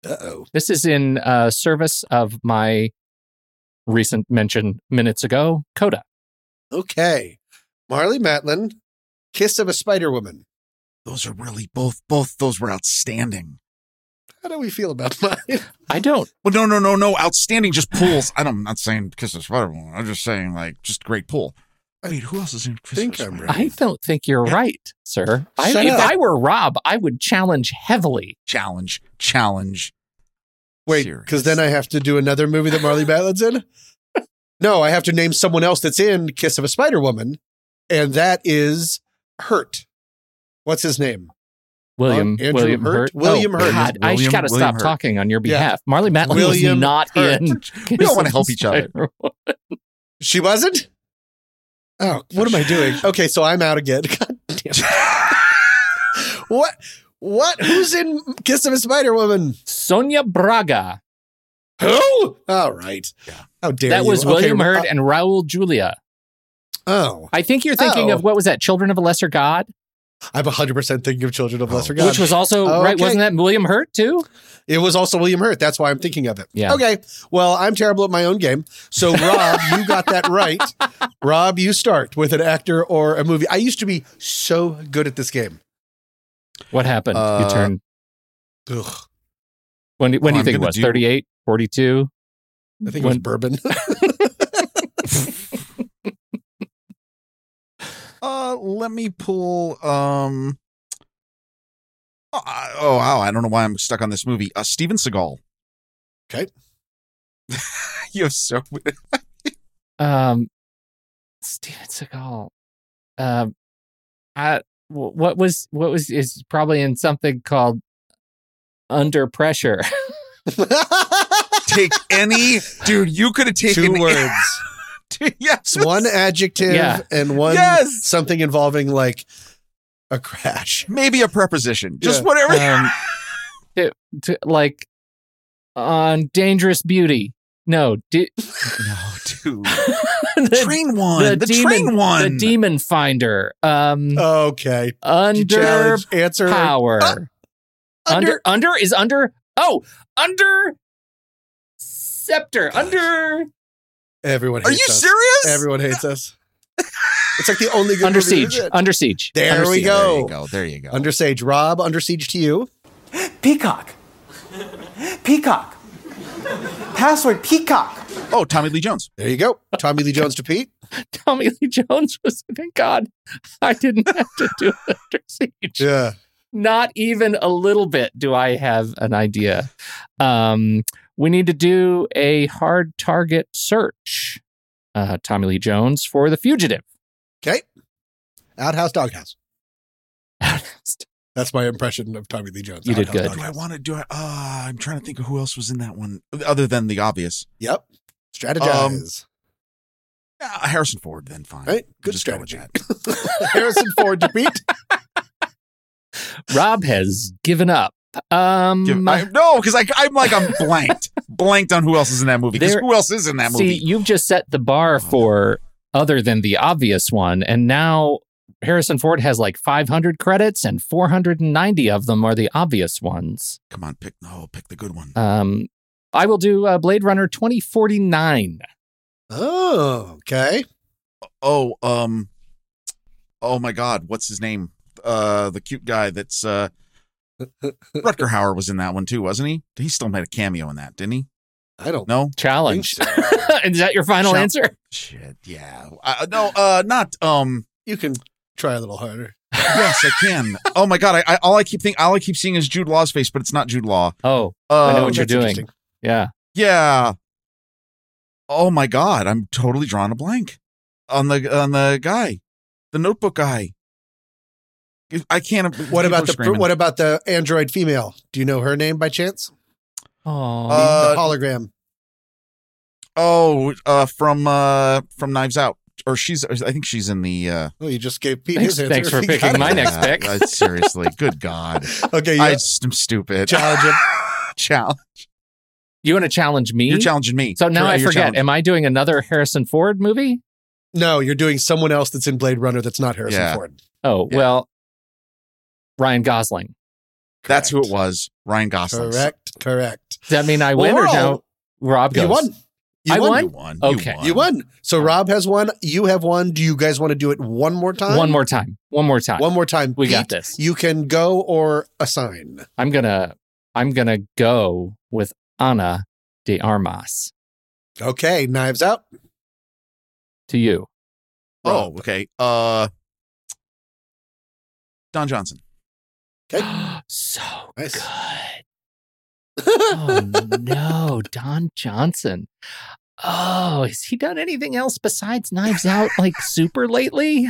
Speaker 2: Uh oh.
Speaker 4: This is in uh, service of my recent mention minutes ago, Coda.
Speaker 2: Okay. Marley Matlin, Kiss of a Spider Woman.
Speaker 3: Those are really both both those were outstanding.
Speaker 2: How do we feel about mine?
Speaker 4: I don't.
Speaker 3: Well, no, no, no, no. Outstanding just pulls. I don't, I'm not saying Kiss of Spider Woman. I'm just saying like just great pull. I mean, who else is in Kiss
Speaker 2: think
Speaker 3: of
Speaker 2: I'm
Speaker 3: Spider-Man?
Speaker 4: I don't think you're right, sir. I,
Speaker 2: Shut
Speaker 4: if
Speaker 2: up.
Speaker 4: I were Rob, I would challenge heavily.
Speaker 3: Challenge, challenge.
Speaker 2: Wait,
Speaker 3: Serious.
Speaker 2: because then I have to do another movie that Marley Matlin's in? No, I have to name someone else that's in Kiss of a Spider Woman, and that is Hurt. What's his name?
Speaker 4: William,
Speaker 2: Andrew
Speaker 4: William
Speaker 2: Hurt?
Speaker 4: Hurt. Oh,
Speaker 2: William Hurt.
Speaker 4: God, I
Speaker 3: William-
Speaker 4: just got to
Speaker 3: William
Speaker 4: stop
Speaker 3: Hurt.
Speaker 4: talking on your
Speaker 2: Yeah.
Speaker 4: behalf. Marley Matlin
Speaker 2: William
Speaker 4: was not
Speaker 2: Hurt.
Speaker 4: in.
Speaker 3: We
Speaker 4: Kiss
Speaker 3: don't wanna
Speaker 4: of
Speaker 3: help each other.
Speaker 4: Spider-Man.
Speaker 2: She wasn't? Oh, what am I doing? Okay, so I'm out again. God damn it. what? What? Who's in Kiss of a Spider Woman?
Speaker 4: Sonia Braga.
Speaker 2: Who? All right. How dare
Speaker 4: That
Speaker 2: you.
Speaker 4: was
Speaker 2: Okay,
Speaker 4: William
Speaker 2: uh,
Speaker 4: Hurt and Raul Julia.
Speaker 2: oh,
Speaker 4: I think you're thinking
Speaker 2: Oh.
Speaker 4: of what was that? Children of a Lesser God,
Speaker 2: I'm 100% thinking of Children of Lesser God.
Speaker 4: which was also
Speaker 2: Oh,
Speaker 4: right.
Speaker 2: okay.
Speaker 4: Wasn't that William Hurt too?
Speaker 2: It was also William Hurt. That's why I'm thinking of it.
Speaker 4: Yeah.
Speaker 2: Okay. Well, I'm terrible at my own game. So, Rob, you got that right. Rob, you start with an actor or a movie. I used to be so good at this game.
Speaker 4: What happened?
Speaker 3: Uh,
Speaker 4: you turned.
Speaker 2: Ugh,
Speaker 4: When, do- when do
Speaker 3: Oh,
Speaker 4: you
Speaker 3: I'm
Speaker 4: think it
Speaker 3: gonna
Speaker 4: was?
Speaker 3: do-
Speaker 4: 38, 42?
Speaker 2: I think it was
Speaker 4: When-
Speaker 2: bourbon.
Speaker 3: Uh, let me pull. Um. Oh, I- oh, wow! I don't know why I'm stuck on this movie. Uh, Steven Seagal.
Speaker 2: Okay.
Speaker 3: you have so.
Speaker 4: Um, Steven Seagal. Um, I wh- what was what was is probably in something called Under Pressure.
Speaker 3: Take any, dude. You could have taken
Speaker 2: Two words.
Speaker 3: yes.
Speaker 2: It's one adjective
Speaker 4: Yeah.
Speaker 2: and one
Speaker 3: Yes.
Speaker 2: something involving like a crash.
Speaker 3: Maybe a preposition. Just
Speaker 2: Yeah.
Speaker 3: whatever.
Speaker 4: Um, to, to, like on Dangerous Beauty. No, di-
Speaker 3: no, dude.
Speaker 4: the,
Speaker 3: train one. The, train one.
Speaker 4: the demon finder. Um,
Speaker 2: Okay.
Speaker 4: under
Speaker 2: Oh, Challenge answer.
Speaker 4: power.
Speaker 2: Uh,
Speaker 4: under, under is under. Oh, under scepter. Under
Speaker 2: Everyone hates
Speaker 3: Are you
Speaker 2: us.
Speaker 3: serious?
Speaker 2: Everyone hates us. It's like the only good
Speaker 4: under
Speaker 2: movie we
Speaker 4: siege.
Speaker 2: did.
Speaker 4: Under siege.
Speaker 2: There
Speaker 3: Under
Speaker 2: we
Speaker 3: siege. There you
Speaker 2: go.
Speaker 3: go. There you go.
Speaker 2: Under siege. Rob, under siege to you.
Speaker 5: Peacock. Peacock. Password peacock.
Speaker 3: oh, Tommy Lee Jones.
Speaker 2: There you go. Tommy Lee Jones to Pete.
Speaker 4: Tommy Lee Jones was. Thank God, I didn't have to do under siege.
Speaker 2: Yeah.
Speaker 4: Not even a little bit. Do I have an idea? Um, we need to do a hard target search. Uh, Tommy Lee Jones for the fugitive.
Speaker 2: Okay. Outhouse, doghouse. That's my impression of Tommy Lee Jones.
Speaker 4: You did
Speaker 2: Outhouse,
Speaker 4: good.
Speaker 3: Do I
Speaker 2: Doghouse.
Speaker 3: want to do I? Uh, I'm trying to think of who else was in that one other than the obvious.
Speaker 2: Yep. Strategize.
Speaker 3: Uh, Harrison Ford, then fine.
Speaker 2: Right? Good
Speaker 3: Just go with
Speaker 2: strategy.
Speaker 3: that.
Speaker 2: Harrison Ford to Pete.
Speaker 4: Rob has given up. Um,
Speaker 3: Give- I- no, because I, I'm like I'm blanked, blanked on who else is in that movie. Because
Speaker 4: There-
Speaker 3: who else is in that
Speaker 4: see,
Speaker 3: movie? Oh,
Speaker 4: you've just set the bar for other than the obvious one, and now Harrison Ford has like 500 credits, and 490 of them are the obvious ones.
Speaker 3: Come on, pick no, pick the good one.
Speaker 4: Um, I will do uh, Blade Runner 2049.
Speaker 2: Oh, okay.
Speaker 3: oh, um, oh my God, what's his name? Uh, the cute guy that's uh, Rutger Hauer was in that one too, wasn't he? He still made a cameo in that, didn't he?
Speaker 2: I don't
Speaker 3: No,
Speaker 4: Challenge. Is that your final
Speaker 3: Shall-
Speaker 4: answer?
Speaker 3: shit, yeah, I, no, uh, not um.
Speaker 2: You can try a little harder.
Speaker 3: Yes, I can. Oh my god, I, I all I keep think all I keep seeing is Jude Law's face, but it's not Jude Law.
Speaker 4: Oh,
Speaker 3: Uh,
Speaker 4: I know what you're
Speaker 2: that's
Speaker 4: doing.
Speaker 2: interesting.
Speaker 4: Yeah.
Speaker 3: yeah. Oh my god, I'm totally drawing a blank on the on the guy, the Notebook guy. I can't.
Speaker 2: What
Speaker 3: people
Speaker 2: about
Speaker 3: are
Speaker 2: the
Speaker 3: screaming.
Speaker 2: what about the android female? Do you know her name by chance?
Speaker 4: Oh,
Speaker 3: Uh,
Speaker 2: the hologram.
Speaker 3: Oh, uh, from uh, from Knives Out. or she's I think she's in the. uh
Speaker 2: Oh, you just gave Pete
Speaker 4: Thanks-
Speaker 2: his answer.
Speaker 4: thanks for
Speaker 2: He got
Speaker 4: picking
Speaker 2: it.
Speaker 4: my next pick.
Speaker 3: Uh, seriously, good God.
Speaker 2: Okay,
Speaker 3: I
Speaker 2: yeah.
Speaker 3: just am stupid.
Speaker 2: Challenge him.
Speaker 3: Challenge.
Speaker 4: You want to challenge me?
Speaker 3: You're challenging me.
Speaker 4: So now
Speaker 3: Correct,
Speaker 4: I
Speaker 3: you're
Speaker 4: forget.
Speaker 3: challenging-
Speaker 4: Am I doing another Harrison Ford movie?
Speaker 2: No, you're doing someone else that's in Blade Runner that's not Harrison
Speaker 3: Yeah.
Speaker 2: Ford.
Speaker 4: Oh, well, Ryan Gosling.
Speaker 3: That's who it was. Ryan Gosling.
Speaker 2: Correct. Correct.
Speaker 4: Does that mean I win or
Speaker 2: Well,
Speaker 4: no? Rob goes.
Speaker 2: You won. You
Speaker 4: I
Speaker 2: won.
Speaker 4: won?
Speaker 3: You won.
Speaker 4: Okay.
Speaker 3: You won.
Speaker 2: You won. So Rob has won. You have one. Do you guys want to do it one more time?
Speaker 4: One more time. One more time.
Speaker 2: One more time.
Speaker 4: We got
Speaker 2: Pete,
Speaker 4: this.
Speaker 2: You can go or assign.
Speaker 4: I'm gonna I'm gonna go with Ana de Armas
Speaker 2: Okay. Knives out.
Speaker 4: to you.
Speaker 3: Oh, okay. Uh Don Johnson.
Speaker 4: so
Speaker 2: Nice.
Speaker 4: good. oh no, Don Johnson. Oh, has he done anything else besides Knives Out like super lately?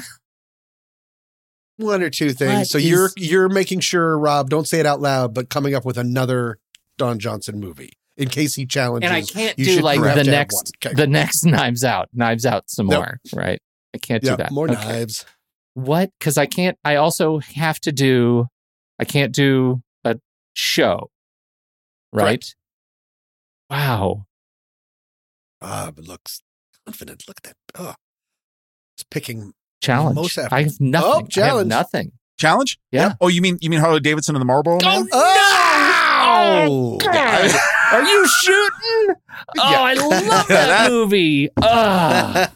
Speaker 2: One or two things.
Speaker 4: What
Speaker 2: so you're
Speaker 4: is-
Speaker 2: you're making sure, Rob, don't say it out loud, but coming up with another Don Johnson movie in case he challenges.
Speaker 4: And I can't
Speaker 2: you
Speaker 4: do
Speaker 2: should-
Speaker 4: like
Speaker 2: you have
Speaker 4: the
Speaker 2: to have
Speaker 4: next
Speaker 2: one. Okay.
Speaker 4: the next Knives Out, Knives Out some
Speaker 2: Nope.
Speaker 4: more, right? I can't
Speaker 2: yeah,
Speaker 4: do that.
Speaker 2: more
Speaker 4: Okay.
Speaker 2: knives.
Speaker 4: What? Because I can't. I also have to do. I can't do a show, right? Wow.
Speaker 2: Rob looks confident. Look at that. Oh. It's picking.
Speaker 4: Challenge.
Speaker 2: Most effort.
Speaker 4: I have nothing.
Speaker 2: Oh,
Speaker 4: I have
Speaker 2: challenge.
Speaker 4: nothing. Oh,
Speaker 3: Challenge?
Speaker 4: Yeah.
Speaker 3: Oh, you mean you mean Harley Davidson and the Marlboro Man?
Speaker 2: Oh,
Speaker 4: Are you shooting? Oh, I love
Speaker 3: Yeah,
Speaker 4: that
Speaker 3: that-
Speaker 4: movie.
Speaker 3: Oh,
Speaker 4: Ah.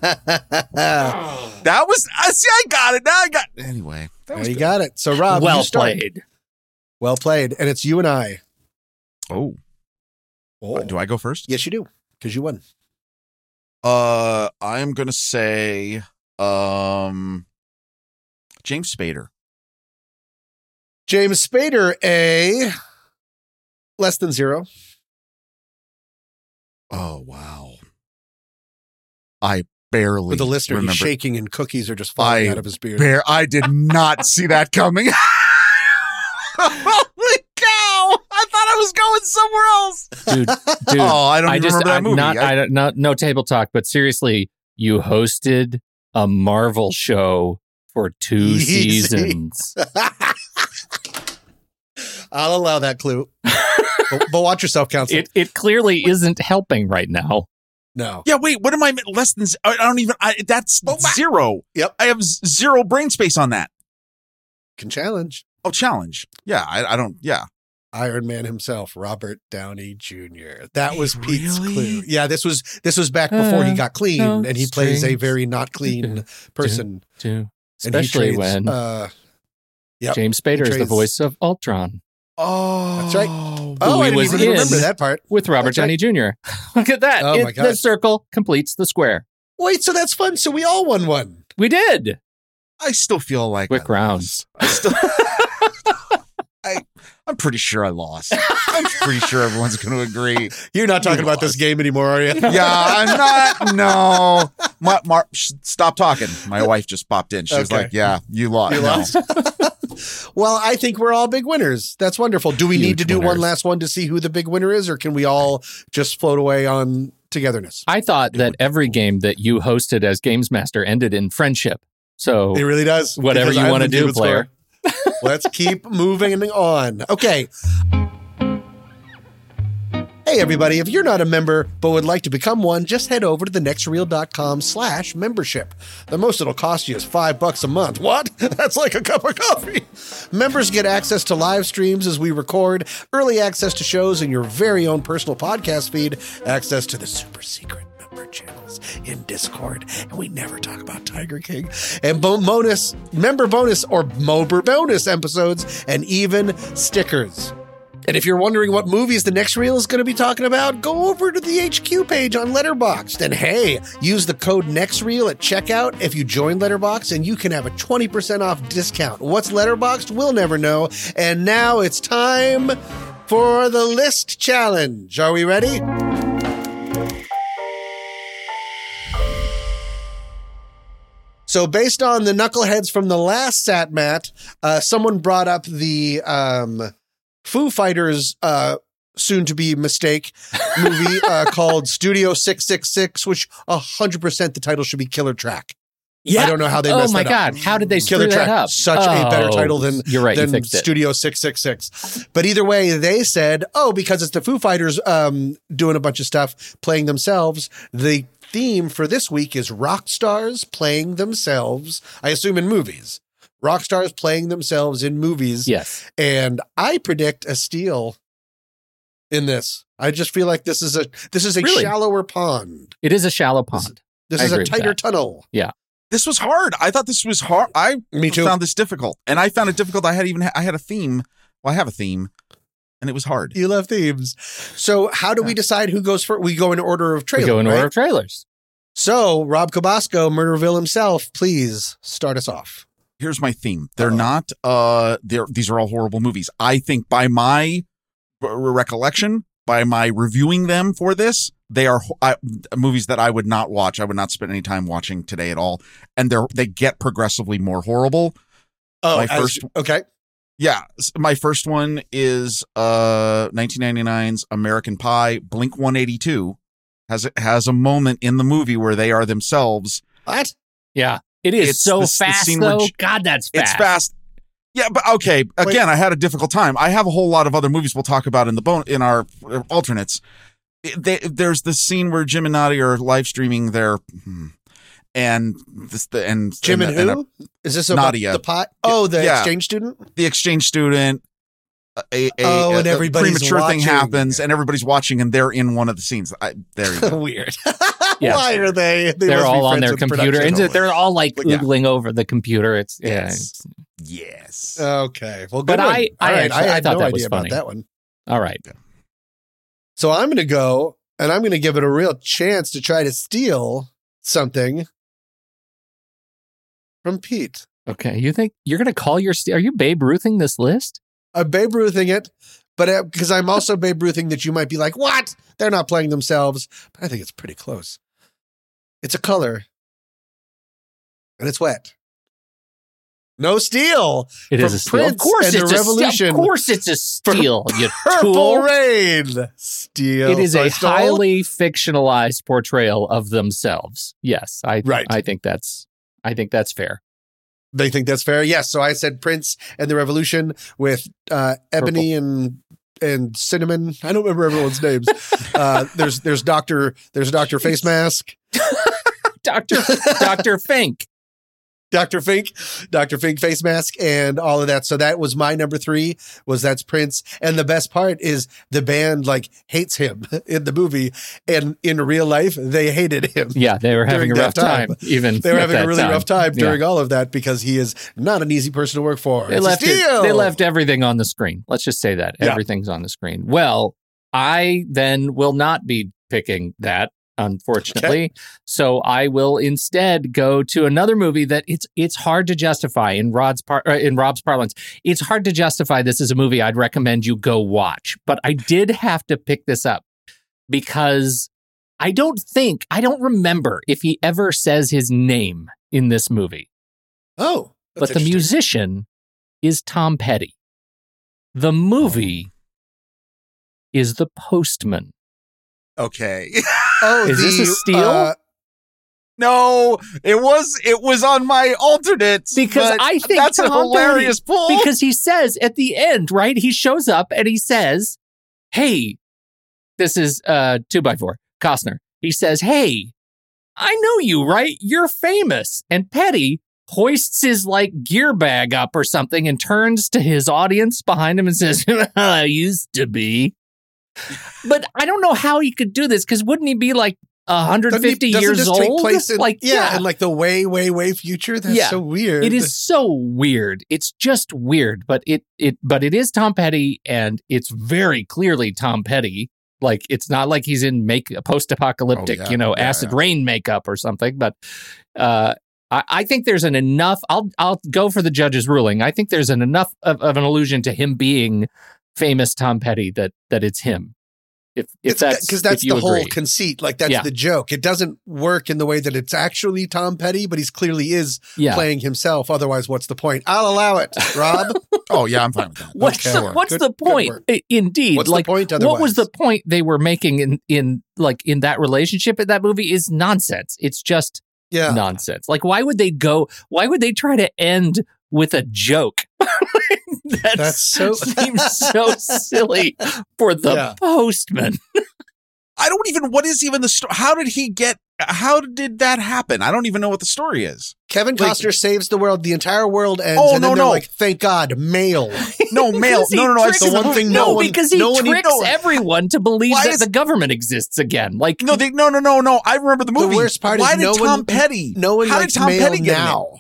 Speaker 3: That was I see I got it. Now I got anyway. That
Speaker 2: there
Speaker 3: was
Speaker 2: you
Speaker 3: good.
Speaker 2: got it. So Rob,
Speaker 4: well
Speaker 2: you start.
Speaker 4: played.
Speaker 2: Well played. And it's you and I.
Speaker 3: Oh.
Speaker 2: Oh.
Speaker 3: Do I go first?
Speaker 2: Yes, you do. Because you won.
Speaker 3: Uh I'm gonna say um James Spader.
Speaker 2: James Spader, a less than zero.
Speaker 3: Oh wow. I barely
Speaker 2: For the listener,
Speaker 3: remember.
Speaker 2: he's shaking and cookies are just falling
Speaker 3: I
Speaker 2: out of his beard.
Speaker 3: Bear, I did not see that coming. Holy cow! I thought I was going somewhere else.
Speaker 4: Dude, dude.
Speaker 3: oh, I don't
Speaker 4: I
Speaker 3: even
Speaker 4: just,
Speaker 3: remember that
Speaker 4: I'm
Speaker 3: movie.
Speaker 4: not,
Speaker 3: I-
Speaker 4: I, don't, not, no table talk, but seriously, you hosted a Marvel show for two
Speaker 2: Easy.
Speaker 4: seasons.
Speaker 2: I'll allow that clue. but, but watch yourself, counsel.
Speaker 4: It, it clearly isn't helping right now.
Speaker 2: no.
Speaker 3: yeah, wait. What am I less than? z- I I don't even. I, that's
Speaker 2: Oh, wow.
Speaker 3: zero.
Speaker 2: Yep.
Speaker 3: I have z- zero brain space on that.
Speaker 2: Can challenge
Speaker 3: Oh, challenge. Yeah, I, I don't. Yeah,
Speaker 2: Iron Man himself, Robert Downey Jr. That was Pete's
Speaker 3: Really?
Speaker 2: clue. Yeah, this was this was back before he
Speaker 4: Uh,
Speaker 2: got clean,
Speaker 4: no
Speaker 2: and he plays a
Speaker 4: strings.
Speaker 2: very not clean person.
Speaker 4: Too.
Speaker 2: and he
Speaker 4: Especially
Speaker 2: trades,
Speaker 4: when
Speaker 2: uh, yep.
Speaker 4: James Spader is the
Speaker 2: trades-
Speaker 4: voice of Ultron
Speaker 3: Oh,
Speaker 2: That's right.
Speaker 4: who
Speaker 2: oh,
Speaker 4: he
Speaker 2: I didn't
Speaker 4: was
Speaker 2: even remember
Speaker 4: in.
Speaker 2: that part.
Speaker 4: with Robert
Speaker 2: That's
Speaker 4: Downey
Speaker 2: right.
Speaker 4: Jr. Look at that.
Speaker 2: Oh,
Speaker 4: It-
Speaker 2: my
Speaker 4: the
Speaker 2: God.
Speaker 4: circle completes the square.
Speaker 2: Wait, so that's fun. So we all won one.
Speaker 4: We did.
Speaker 3: I still feel like
Speaker 4: Quick
Speaker 3: I
Speaker 4: rounds.
Speaker 3: lost. I still. I, I'm pretty sure I lost. I'm pretty sure everyone's going to agree.
Speaker 2: You're not talking
Speaker 3: You
Speaker 2: about this
Speaker 3: lost.
Speaker 2: game anymore, are you?
Speaker 3: Yeah, I'm not. No, my, Mar sh- stop talking. My wife just popped in. She was
Speaker 2: Okay.
Speaker 3: like, "Yeah, you lost.
Speaker 2: You
Speaker 3: No.
Speaker 2: lost. well, I think we're all big winners. That's wonderful. Do we
Speaker 4: Huge
Speaker 2: need to do one
Speaker 4: winners.
Speaker 2: last one to see who the big winner is, or can we all just float away on togetherness?
Speaker 4: I thought that every game that you hosted as Games Master ended in friendship. So
Speaker 2: It really does.
Speaker 4: Whatever
Speaker 2: because
Speaker 4: you
Speaker 2: I'm
Speaker 4: wanna
Speaker 2: the
Speaker 4: do,
Speaker 2: David
Speaker 4: player.
Speaker 2: Score. Let's keep moving on. Okay. Hey everybody, if you're not a member but would like to become one, just head over to thenextreel.com slash membership. The most it'll cost you is five bucks a month. What? That's like a cup of coffee. Members get access to live streams as we record, early access to shows in your very own personal podcast feed, access to the super secret member channels in Discord, and we never talk about Tiger King. And bo- bonus member bonus or mober bonus episodes, and even stickers. And if you're wondering what movies the next reel is going to be talking about, go over to the HQ page on Letterboxd. And hey, use the code NEXTREEL at checkout if you join Letterboxd, and you can have a 20% off discount. What's Letterboxd? We'll never know. And now it's time for the list challenge. Are we ready? So, based on the knuckleheads from the last Sat Mat, uh, someone brought up the um, Foo Fighters uh, soon to be mistake movie uh, called Studio 666, which 100% the title should be Killer Track.
Speaker 4: Yeah.
Speaker 2: I don't know how they
Speaker 4: Oh
Speaker 2: messed
Speaker 4: my
Speaker 2: that up.
Speaker 4: God, how did they
Speaker 2: Killer
Speaker 4: screw that
Speaker 2: Track,
Speaker 4: up?
Speaker 2: Such a better
Speaker 4: Oh,
Speaker 2: title than
Speaker 4: you're right, you
Speaker 2: than
Speaker 4: fixed it.
Speaker 2: Studio Six Six Six. But either way, they said, oh, because it's the Foo Fighters um, doing a bunch of stuff, playing themselves. The theme for this week is rock stars playing themselves. I assume in movies, rock stars playing themselves in movies.
Speaker 4: Yes.
Speaker 2: and I predict a steal in this. I just feel like this is a this is a
Speaker 4: Really?
Speaker 2: shallower pond.
Speaker 4: It is a shallow pond.
Speaker 2: This
Speaker 4: I
Speaker 2: is
Speaker 4: agree
Speaker 2: a
Speaker 4: with
Speaker 2: tighter
Speaker 4: that.
Speaker 2: tunnel.
Speaker 4: Yeah.
Speaker 3: This was hard. I thought this was hard. I
Speaker 2: Me too.
Speaker 3: found this difficult, and I found it difficult. I had even I had a theme. Well, I have a theme, and it was hard.
Speaker 2: You love themes. So how do we decide who goes first? We go in order of trailer.
Speaker 4: we go in
Speaker 2: right?
Speaker 4: order of trailers.
Speaker 2: So Rob Cabasco, Murderville himself, please start us off.
Speaker 3: here's my theme. They're not uh they're these are all horrible movies. I think by my r- recollection, by my reviewing them for this, they are ho- I, movies that I would not watch. I would not spend any time watching today at all. And they're they get progressively more horrible.
Speaker 2: Oh,
Speaker 3: my
Speaker 2: as-
Speaker 3: first
Speaker 2: okay.
Speaker 3: yeah, s- my first one is uh 1999's American Pie. Blink 182 has a- has a moment in the movie where they are themselves.
Speaker 2: What?
Speaker 4: Yeah. It is
Speaker 3: It's
Speaker 4: so
Speaker 3: the- the
Speaker 4: fast
Speaker 3: scene where
Speaker 4: though.
Speaker 3: J-
Speaker 4: God, that's fast.
Speaker 3: It's fast. Yeah, but okay. Again, I had a difficult time. I have a whole lot of other movies we'll talk about in the bone in our uh, alternates. It- they- there's this scene where Jim and Nadia are live streaming their, hmm, and this the and
Speaker 2: Jim and,
Speaker 3: and uh, a-
Speaker 2: who? Is this about
Speaker 3: Nadia.
Speaker 2: the pot? Oh, the
Speaker 3: Yeah.
Speaker 2: exchange student?
Speaker 3: the exchange student. uh, A, a,
Speaker 2: Oh,
Speaker 3: a-
Speaker 2: and
Speaker 3: a
Speaker 2: everybody's
Speaker 3: premature
Speaker 2: watching.
Speaker 3: thing happens, and everybody's watching, and they're in one of the scenes. I, there you go.
Speaker 2: Weird.
Speaker 4: Yeah.
Speaker 2: Why are they? they
Speaker 4: they're
Speaker 2: must be
Speaker 4: all on
Speaker 2: friends
Speaker 4: their
Speaker 2: with the
Speaker 4: computer.
Speaker 2: production.
Speaker 4: And they're all like
Speaker 3: Yeah.
Speaker 4: oogling over the computer. It's yeah.
Speaker 3: Yes.
Speaker 4: it's-
Speaker 3: Yes.
Speaker 2: Uh, Okay. Well, good
Speaker 4: But
Speaker 2: one.
Speaker 4: I- I
Speaker 2: All right.
Speaker 4: actually-
Speaker 2: I
Speaker 4: I
Speaker 2: had
Speaker 4: thought
Speaker 2: no
Speaker 4: that was
Speaker 2: idea about
Speaker 4: funny.
Speaker 2: that one.
Speaker 4: all right.
Speaker 2: So I'm going to go and I'm going to give it a real chance to try to steal something from Pete.
Speaker 4: Okay. You think you're gonna call your st- are you Babe Ruthing this list?
Speaker 2: I'm Babe Ruthing it, but because I'm also Babe Ruthing that you might be like, what? They're not playing themselves. But I think it's pretty close. It's a color and it's wet. No steal.
Speaker 4: It
Speaker 2: from
Speaker 4: is a steal.
Speaker 2: Prince
Speaker 4: Of course
Speaker 2: and
Speaker 4: it's a
Speaker 2: the
Speaker 4: steal.
Speaker 2: revolution.
Speaker 4: Of course it's a steal, you
Speaker 2: Purple
Speaker 4: tool.
Speaker 2: Rain. Steal.
Speaker 4: It is
Speaker 2: So I
Speaker 4: a
Speaker 2: stole?
Speaker 4: highly fictionalized portrayal of themselves. Yes, I
Speaker 2: Right.
Speaker 4: I think that's I think that's fair.
Speaker 2: They think that's fair. Yes. So I said Prince and the Revolution with uh, Ebony and and Cinnamon. I don't remember everyone's names. uh, there's there's Doctor there's Doctor Face Mask,
Speaker 4: Doctor Doctor Fink.
Speaker 2: Doctor Fink, Doctor Fink Face Mask, and all of that. So that was my number three. Was that's Prince. And the best part is the band like hates him in the movie, and in real life they hated him.
Speaker 4: Yeah, they were having
Speaker 2: During
Speaker 4: a
Speaker 2: that
Speaker 4: rough time.
Speaker 2: time.
Speaker 4: Even
Speaker 2: They were
Speaker 4: at
Speaker 2: having a
Speaker 4: that
Speaker 2: really rough time
Speaker 4: Yeah.
Speaker 2: during all of that because he is not an easy person to work for.
Speaker 4: They
Speaker 2: It's a
Speaker 4: left it,
Speaker 2: steal.
Speaker 4: they left everything on the screen. Let's just say that
Speaker 2: Yeah.
Speaker 4: everything's on the screen. Well, I then will not be picking that unfortunately. So I will instead go to another movie that it's it's hard to justify in Rod's par- uh, in Rob's parlance. It's hard to justify this is a movie I'd recommend you go watch, but I did have to pick this up because I don't think I don't remember if he ever says his name in this movie
Speaker 2: Oh,
Speaker 4: but the musician is Tom Petty. The movie is The Postman.
Speaker 3: Okay.
Speaker 2: Oh,
Speaker 4: Is this a steal?
Speaker 2: uh,
Speaker 3: no, it was it was on my alternates
Speaker 4: Because
Speaker 3: but
Speaker 4: I think
Speaker 3: that's
Speaker 4: Tom
Speaker 3: a hilarious
Speaker 4: Petty,
Speaker 3: pull.
Speaker 4: Because he says at the end, right? He shows up and he says, Hey, this is uh two by four, Costner. He says, Hey, I know you, right? You're famous. And Petty hoists his like gear bag up or something and turns to his audience behind him and says, I used to be. But I don't know how he could do this because wouldn't he be like 150
Speaker 2: doesn't
Speaker 4: years
Speaker 2: this
Speaker 4: old?
Speaker 2: Take place in,
Speaker 4: like,
Speaker 2: yeah, in like the way, way, way future. That's
Speaker 4: Yeah.
Speaker 2: so weird.
Speaker 4: it is so weird. It's just weird, but it it but it is Tom Petty, and it's very clearly Tom Petty. Like it's not like he's in make post apocalyptic,
Speaker 3: Oh, yeah.
Speaker 4: you know,
Speaker 3: Yeah,
Speaker 4: acid
Speaker 3: yeah.
Speaker 4: rain makeup or something. But uh, I, I think there's an enough. I'll I'll go for the judge's ruling. I think there's an enough of, of an allusion to him being famous Tom Petty that that it's him. If if that's
Speaker 2: because
Speaker 4: if
Speaker 2: that's
Speaker 4: you
Speaker 2: the whole
Speaker 4: agree.
Speaker 2: conceit. Like that's
Speaker 4: Yeah.
Speaker 2: the joke. It doesn't work in the way that it's actually Tom Petty, but he's clearly is
Speaker 4: yeah.
Speaker 2: playing himself. Otherwise, what's the point? I'll allow it, Rob.
Speaker 3: oh yeah, I'm fine with that.
Speaker 4: What's
Speaker 2: Okay.
Speaker 4: the, what's
Speaker 2: Good-
Speaker 4: the
Speaker 2: good
Speaker 4: point?
Speaker 2: work.
Speaker 4: I- Indeed,
Speaker 2: What's the
Speaker 4: like
Speaker 2: point
Speaker 4: what was
Speaker 2: otherwise?
Speaker 4: the point they were making in in like in that relationship in that movie is nonsense. It's just
Speaker 2: yeah.
Speaker 4: nonsense. Like, why would they go? Why would they try to end with a joke? that
Speaker 2: That's so-
Speaker 4: seems so silly for the
Speaker 3: Yeah.
Speaker 4: postman.
Speaker 3: I don't even. What is even the story? How did he get? How did that happen? I don't even know what the story is.
Speaker 2: Kevin
Speaker 3: Like-
Speaker 2: Costner saves the world. The entire world ends.
Speaker 3: Oh,
Speaker 2: and then
Speaker 3: no,
Speaker 2: they're
Speaker 3: no.
Speaker 2: like, thank God, male.
Speaker 3: No, male.
Speaker 4: Because he
Speaker 3: Oh, No, no, no. I've
Speaker 4: tricks
Speaker 3: seen the
Speaker 4: them.
Speaker 3: one thing.
Speaker 4: No,
Speaker 3: No, one,
Speaker 4: because he
Speaker 3: no one-
Speaker 4: tricks
Speaker 3: no,
Speaker 4: everyone to believe
Speaker 3: Why
Speaker 4: that
Speaker 3: is-
Speaker 4: the government exists again. Like,
Speaker 3: No, they, no, no, no, no. I remember the
Speaker 2: The
Speaker 3: movie.
Speaker 2: worst part
Speaker 3: Why
Speaker 2: is
Speaker 3: did
Speaker 2: no
Speaker 3: Tom
Speaker 2: one,
Speaker 3: Petty?
Speaker 2: No one
Speaker 3: How
Speaker 2: likes
Speaker 3: did Tom
Speaker 2: male
Speaker 3: Petty get in it?
Speaker 2: now.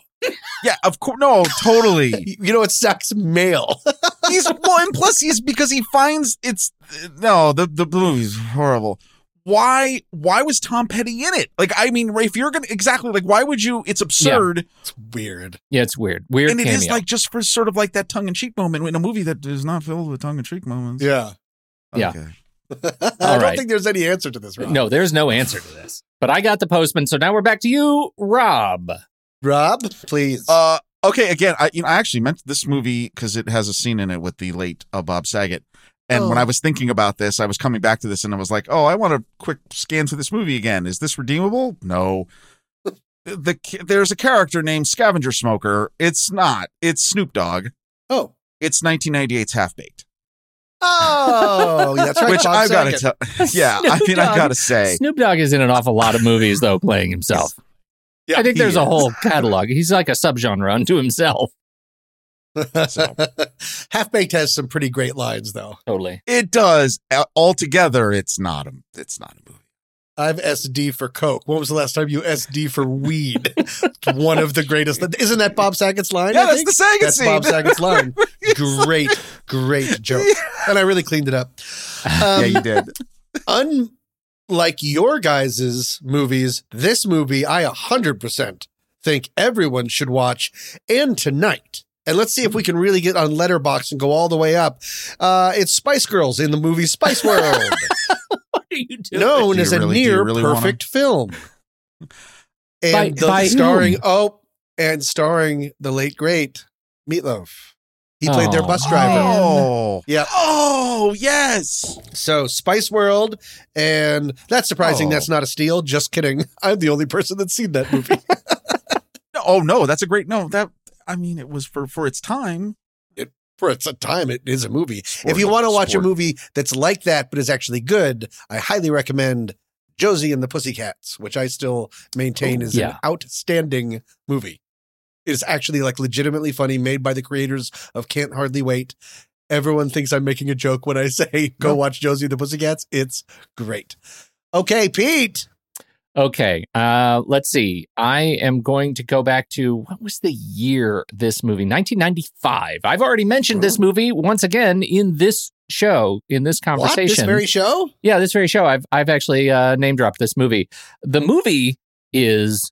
Speaker 3: Yeah, of course. No, totally.
Speaker 2: You know, it sucks male.
Speaker 3: he's well, and plus he's because he finds it's no the the movie's horrible. Why why was Tom Petty in it? Like I mean, Rafe, you're gonna exactly like why would you? It's absurd,
Speaker 2: it's weird.
Speaker 4: yeah, it's weird. Weird
Speaker 3: and it
Speaker 4: cameo.
Speaker 3: is like just for sort of like that tongue in cheek moment in a movie that is not filled with tongue in cheek moments.
Speaker 2: Yeah.
Speaker 4: yeah.
Speaker 3: Okay.
Speaker 2: I don't
Speaker 4: right.
Speaker 2: think there's any answer to this, Rob.
Speaker 4: No, there's no answer to this. But I got the postman, so now we're back to you, Rob.
Speaker 2: Rob, please.
Speaker 3: Uh, okay. Again, I you know I actually meant this movie because it has a scene in it with the late uh, Bob Saget. And when
Speaker 2: Oh.
Speaker 3: I was thinking about this, I was coming back to this, and I was like, "Oh, I want a quick scan through this movie again. Is this redeemable? No. the ki- there's a character named Scavenger Smoker. It's not. It's Snoop Dogg.
Speaker 2: oh.
Speaker 3: It's 1998's Half Baked,
Speaker 2: Oh, that's right.
Speaker 3: which
Speaker 2: Bob
Speaker 3: I've got to
Speaker 2: Saget.
Speaker 3: tell. Yeah, I
Speaker 4: Snoop
Speaker 3: mean, I've
Speaker 4: Dogg.
Speaker 3: got to say,
Speaker 4: Snoop Dogg is in an awful lot of movies, though, playing himself.
Speaker 3: Yeah,
Speaker 4: I think
Speaker 3: he
Speaker 4: there's a
Speaker 3: is.
Speaker 4: whole catalog. He's like a subgenre unto himself.
Speaker 3: Uh,
Speaker 2: Half Baked has some pretty great lines, though.
Speaker 4: Totally.
Speaker 3: it does. Uh, Altogether, it's not a. It's not a movie.
Speaker 2: I've SD for Coke. When was the last time you SD for weed? One of the greatest. Isn't that Bob Saget's line?
Speaker 3: Yeah,
Speaker 2: I
Speaker 3: that's
Speaker 2: think?
Speaker 3: the Saget
Speaker 2: That's
Speaker 3: scene.
Speaker 2: Bob Saget's line. great, great joke. And I really cleaned it up. Um,
Speaker 3: yeah, you did.
Speaker 2: unlike your guys' movies, this movie I 100% think everyone should watch and tonight. And let's see if we can really get on Letterbox and go all the way up. Uh, it's Spice Girls in the movie Spice World,
Speaker 4: What are you doing?
Speaker 2: known
Speaker 3: Do you
Speaker 2: as a
Speaker 3: really- do you
Speaker 2: near
Speaker 3: really wanna-
Speaker 2: perfect film. And
Speaker 4: By-
Speaker 2: the,
Speaker 4: by
Speaker 2: starring
Speaker 4: whom?
Speaker 2: oh, and starring the late great Meatloaf. He played their
Speaker 4: Oh.
Speaker 2: bus driver.
Speaker 3: Oh,
Speaker 2: Yeah.
Speaker 3: Oh, yes.
Speaker 2: So Spice World, and that's surprising.
Speaker 3: Oh.
Speaker 2: That's not a steal. Just kidding. I'm the only person that's seen that movie.
Speaker 3: No, oh no, that's a great no. That I mean, it was for for its time.
Speaker 2: For its time, it is a movie.
Speaker 3: Sport,
Speaker 2: if you want to watch
Speaker 3: sport.
Speaker 2: a movie that's like that but is actually good, I highly recommend Josie and the Pussycats, which I still
Speaker 3: Oh,
Speaker 2: maintain is
Speaker 4: yeah.
Speaker 2: an outstanding movie. It is actually like legitimately funny, made by the creators of Can't Hardly Wait. Everyone thinks I'm making a joke when I say go
Speaker 3: No.
Speaker 2: watch Josie and the Pussycats. It's great. Okay, Pete.
Speaker 4: Okay, uh, let's see. I am going to go back to what was the year this movie? 1995. I've already mentioned this movie once again in this show, in this
Speaker 2: What?
Speaker 4: conversation.
Speaker 2: This very show?
Speaker 4: Yeah, this very show. I've I've actually uh, name dropped this movie. The movie is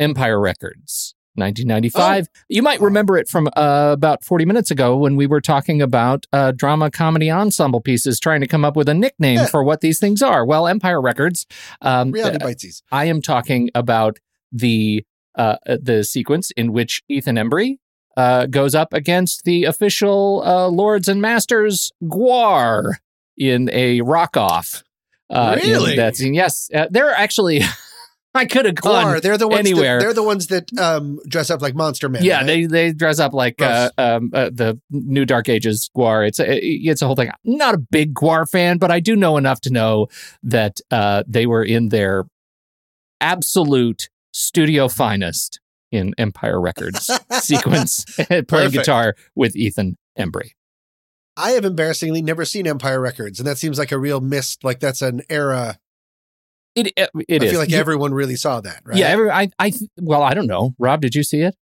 Speaker 4: Empire Records, 1995.
Speaker 2: Oh.
Speaker 4: You might remember it from uh, about 40 minutes ago when we were talking about uh, drama comedy ensemble pieces, trying to come up with a nickname
Speaker 2: Yeah.
Speaker 4: for what these things are. Well, Empire Records. Um,
Speaker 2: Reality
Speaker 4: uh,
Speaker 2: Bitesies.
Speaker 4: I am talking about the uh, the sequence in which Ethan Embry. Uh, goes up against the official uh, lords and masters Guar in a rock off. Uh, in
Speaker 2: Really?
Speaker 4: that scene. Yes, uh, they're actually. I could have
Speaker 2: Guar,
Speaker 4: gone.
Speaker 2: they're the ones
Speaker 4: anywhere.
Speaker 2: That, they're the ones that um, dress up like monster men.
Speaker 4: Yeah,
Speaker 2: right?
Speaker 4: they they dress up like uh,
Speaker 2: Gross.
Speaker 4: um, uh, the new Dark Ages Guar. It's a, it's a whole thing. Not a big Guar fan, but I do know enough to know that uh, they were in their absolute studio finest in Empire Records sequence playing
Speaker 2: Perfect.
Speaker 4: guitar with Ethan Embry.
Speaker 2: I have embarrassingly never seen Empire Records, and that seems like a real missed. Like that's an era.
Speaker 4: It it, it
Speaker 2: I
Speaker 4: is.
Speaker 2: feel like
Speaker 4: You-
Speaker 2: everyone really saw that. Right?
Speaker 4: Yeah, every, I I th- well, I don't know. Rob, did you see it?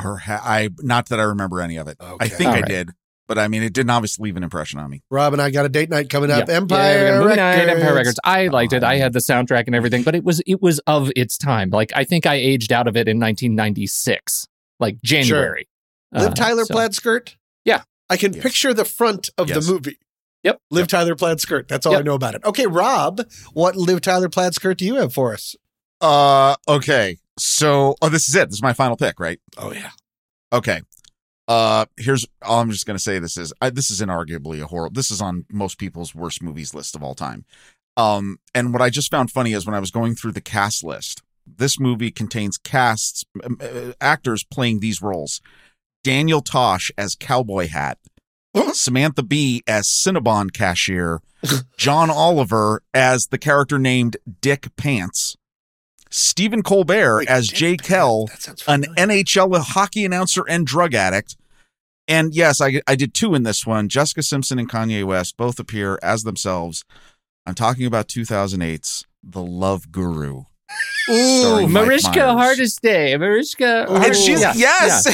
Speaker 3: Perha I not that I remember any of it. I
Speaker 2: Okay.
Speaker 3: think I
Speaker 4: Alright.
Speaker 3: did, but I mean, it didn't obviously leave an impression on me.
Speaker 2: Rob and I got a date night coming up.
Speaker 4: Yeah.
Speaker 2: Empire,
Speaker 4: Yeah, we're
Speaker 2: Records.
Speaker 4: gonna- Moon Knight, Empire Records. I liked it. I
Speaker 3: Um,
Speaker 4: had the soundtrack and everything, but it was it was of its time. Like I think I aged out of it in 1996, like January.
Speaker 2: Liv
Speaker 4: Uh,
Speaker 2: Tyler
Speaker 4: so-
Speaker 2: plaid skirt.
Speaker 4: Yeah.
Speaker 2: I can
Speaker 3: Yes.
Speaker 2: picture the front of
Speaker 3: Yes.
Speaker 2: the movie.
Speaker 4: Yep.
Speaker 2: Liv Tyler plaid skirt. That's all I
Speaker 4: Yep.
Speaker 2: know about it. Okay, Rob, what Liv Tyler plaid skirt do you have for us?
Speaker 3: Uh, okay. So, oh, this is it. This is my final pick, right?
Speaker 2: Oh yeah.
Speaker 3: Okay. Uh, here's all I'm just gonna say. This is I, this is inarguably a horror. This is on most people's worst movies list of all time. Um, and what I just found funny is when I was going through the cast list, This movie contains casts, um, uh, actors playing these roles Daniel Tosh as Cowboy Hat, Samantha Bee as Cinnabon Cashier, John Oliver as the character named Dick Pants. Stephen Colbert as Jay Kell, an NHL hockey announcer and drug addict. And yes, I, I did two in this one. Jessica Simpson and Kanye West both appear as themselves. I'm talking about 2008's The Love Guru.
Speaker 4: Ooh,
Speaker 3: Starring Mike
Speaker 4: Mariska
Speaker 3: Myers.
Speaker 4: Hardesty. Mariska.
Speaker 3: And she's- yes!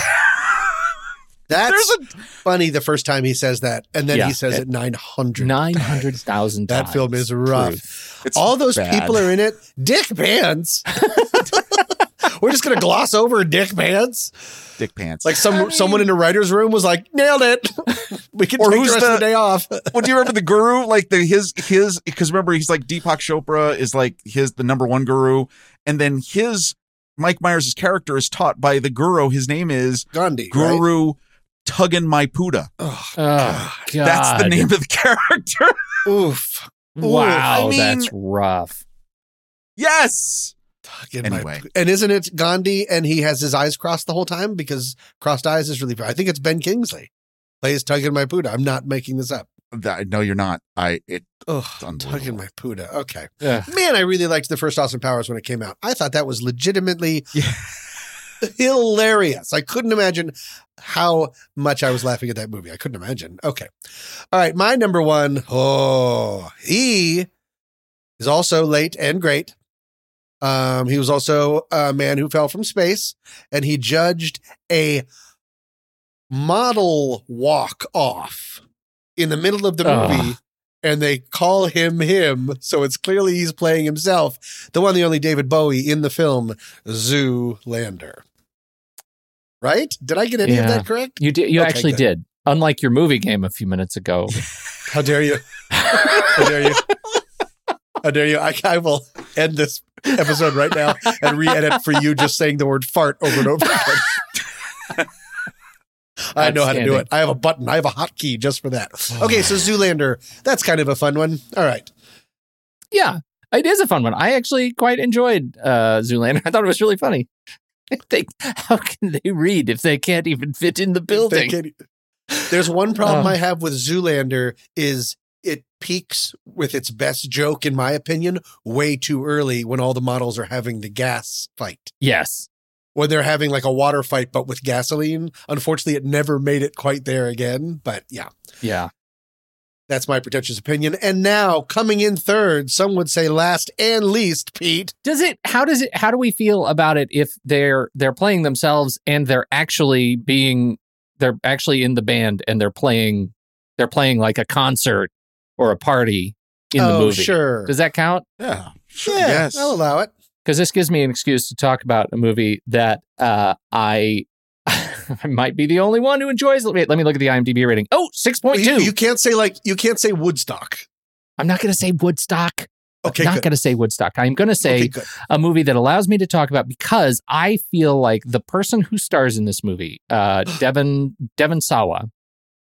Speaker 2: That's funny the first time he says that, and then
Speaker 4: Yeah.
Speaker 2: he says it 900.
Speaker 4: 900,000
Speaker 2: That
Speaker 4: times.
Speaker 2: film is rough. All those
Speaker 4: bad.
Speaker 2: people are in it. Dick Pants. We're just going to gloss over Dick Pants.
Speaker 3: Dick Pants.
Speaker 2: Like some someone in the writer's room was like, nailed it. we can
Speaker 3: Or
Speaker 2: take the
Speaker 3: who's
Speaker 2: rest of the
Speaker 3: the-
Speaker 2: day off.
Speaker 3: well, do you remember the guru? Like the his his because remember he's like Deepak Chopra is like his the number one guru, and then his Mike Myers' character is taught by the guru. His name is
Speaker 2: Gandhi.
Speaker 3: Guru Tuggin My Puda.
Speaker 4: Oh, God.
Speaker 3: That's the name of the character.
Speaker 2: Oof.
Speaker 4: Wow,
Speaker 3: I mean-
Speaker 4: that's rough.
Speaker 3: Yes.
Speaker 2: Get my-
Speaker 3: Anyway.
Speaker 2: and isn't it Gandhi and he has his eyes crossed the whole time because crossed eyes is really I think it's Ben Kingsley. Plays Tug in my Buddha. I'm not making this up.
Speaker 3: That- no, you're not. I it.
Speaker 2: Ugh,
Speaker 3: it's unbelievable.
Speaker 2: Tug in my Buddha. Okay.
Speaker 4: Yeah.
Speaker 2: Man, I really liked the first Austin Powers when it came out. I thought that was legitimately hilarious. I couldn't imagine how much I was laughing at that movie. I couldn't imagine. Okay. All right. My number one. Oh, he is also late and great. Um, he was also a man who fell from space and he judged a model walk off in the middle of the
Speaker 4: Ugh.
Speaker 2: movie and they call him him. So it's clearly he's playing himself, the one, the only David Bowie in the film Zoolander. Right? Did I get any
Speaker 4: Yeah.
Speaker 2: of that correct?
Speaker 4: You did. You
Speaker 2: Okay,
Speaker 4: actually
Speaker 2: good.
Speaker 4: did. Unlike your movie game a few minutes ago.
Speaker 2: How dare you? How dare you? How dare you? I, I will end this episode right now and re edit for you just saying the word fart over and over again. I know how to do
Speaker 4: Outstanding.
Speaker 2: it. I have a button. I have a hotkey just for that. Okay, so Zoolander. That's kind of a fun one. All right.
Speaker 4: yeah, it is a fun one. I actually quite enjoyed uh, Zoolander. I thought it was really funny. They, how can they read if they can't even fit in the
Speaker 2: They
Speaker 4: building?
Speaker 2: can- There's one problem
Speaker 4: Oh.
Speaker 2: I have with Zoolander is it peaks with its best joke, in my opinion, way too early when all the models are having the gas fight.
Speaker 4: Yes.
Speaker 2: When they're having like a water fight, but with gasoline. Unfortunately, it never made it quite there again. But yeah,
Speaker 4: Yeah.
Speaker 2: that's my pretentious opinion. And now coming in third, some would say last and least, Pete.
Speaker 4: Does it? How does it? How do we feel about it if they're they're playing themselves and they're actually being they're actually in the band and they're playing they're playing like a concert or a party in
Speaker 2: oh,
Speaker 4: the movie?
Speaker 2: sure.
Speaker 4: Does that count?
Speaker 3: Yeah.
Speaker 2: yeah,
Speaker 3: Yes.
Speaker 2: I'll allow it.
Speaker 4: because this gives me an excuse to talk about a movie that uh, I I might be the only one who enjoys. Wait, let me look at the IMDb rating. Oh,
Speaker 2: You,
Speaker 4: 6.2.
Speaker 2: you can't say like you can't say Woodstock.
Speaker 4: I'm not going to say Woodstock.
Speaker 2: Okay,
Speaker 4: I'm
Speaker 2: good.
Speaker 4: not going to say Woodstock. I'm going to say
Speaker 2: okay, good.
Speaker 4: a movie that allows me to talk about because I feel like the person who stars in this movie, uh, Devin Devin Sawa,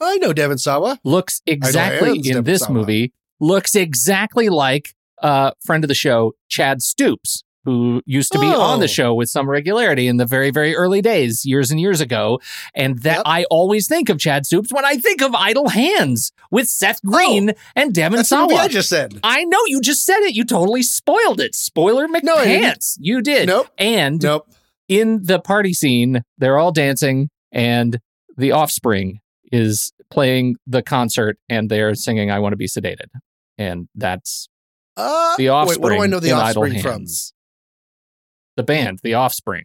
Speaker 2: I know Devin Sawa.
Speaker 4: looks exactly
Speaker 2: Aaron's
Speaker 4: in
Speaker 2: Devin
Speaker 4: this
Speaker 2: Sawa.
Speaker 4: movie looks exactly like uh, friend of the show Chad Stoops, who used to be
Speaker 2: Oh.
Speaker 4: on the show with some regularity in the very very early days, years and years ago, and that
Speaker 2: Yep.
Speaker 4: I always think of Chad Stoops when I think of Idle Hands with Seth Green and Devin
Speaker 2: Oh, That's the
Speaker 4: Sawa.
Speaker 2: movie I just said.
Speaker 4: I know you just said it. You totally spoiled it. Spoiler
Speaker 2: No, I didn't.
Speaker 4: McPants. you did.
Speaker 2: Nope.
Speaker 4: And
Speaker 2: Nope.
Speaker 4: in the party scene, they're all dancing, and the offspring is playing the concert, and they're singing "I Want to Be Sedated," and that's
Speaker 2: Uh,
Speaker 4: the offspring.
Speaker 2: Wait, what do I know the
Speaker 4: in
Speaker 2: offspring
Speaker 4: Idle
Speaker 2: from?
Speaker 4: Hands. The band, the offspring.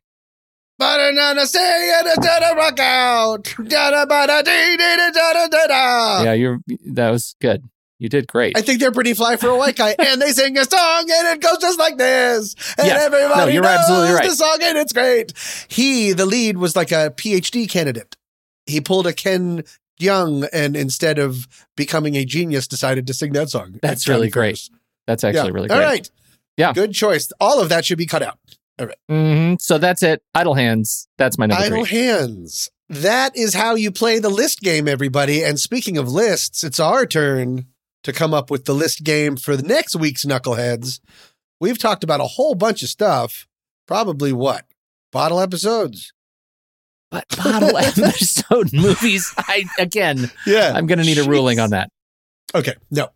Speaker 2: Ba-da-na-na, say it, da-da, rock out. Da-da, ba-da, dee, dee, da, da, da, da.
Speaker 4: yeah, you're. That was good. You did great.
Speaker 2: Oh. I think they're pretty fly for a white guy, and they sing a song, and it goes just like this. And
Speaker 4: Yes. No,
Speaker 2: everybody
Speaker 4: you're
Speaker 2: knows
Speaker 4: absolutely right.
Speaker 2: the song, and it's great. He, the lead, was like a PhD candidate. He pulled a Ken Young, and instead of becoming a genius, decided to sing that song.
Speaker 4: That's
Speaker 2: Johnny
Speaker 4: really great.
Speaker 2: Curtis.
Speaker 4: That's actually
Speaker 2: Yeah.
Speaker 4: really great.
Speaker 2: All right.
Speaker 4: Yeah.
Speaker 2: Good choice. All of that should be cut out.
Speaker 4: hmm So that's it. Idle Hands. That's my number
Speaker 2: Idle
Speaker 4: three.
Speaker 2: hands. That is how you play the list game, everybody. And speaking of lists, it's our turn to come up with the list game for the next week's Knuckleheads. We've talked about a whole bunch of stuff, Probably what? Bottle episodes.
Speaker 4: But bottle episode movies. I again.
Speaker 2: Yeah.
Speaker 4: I'm going to need a ruling on that.
Speaker 2: Okay, no.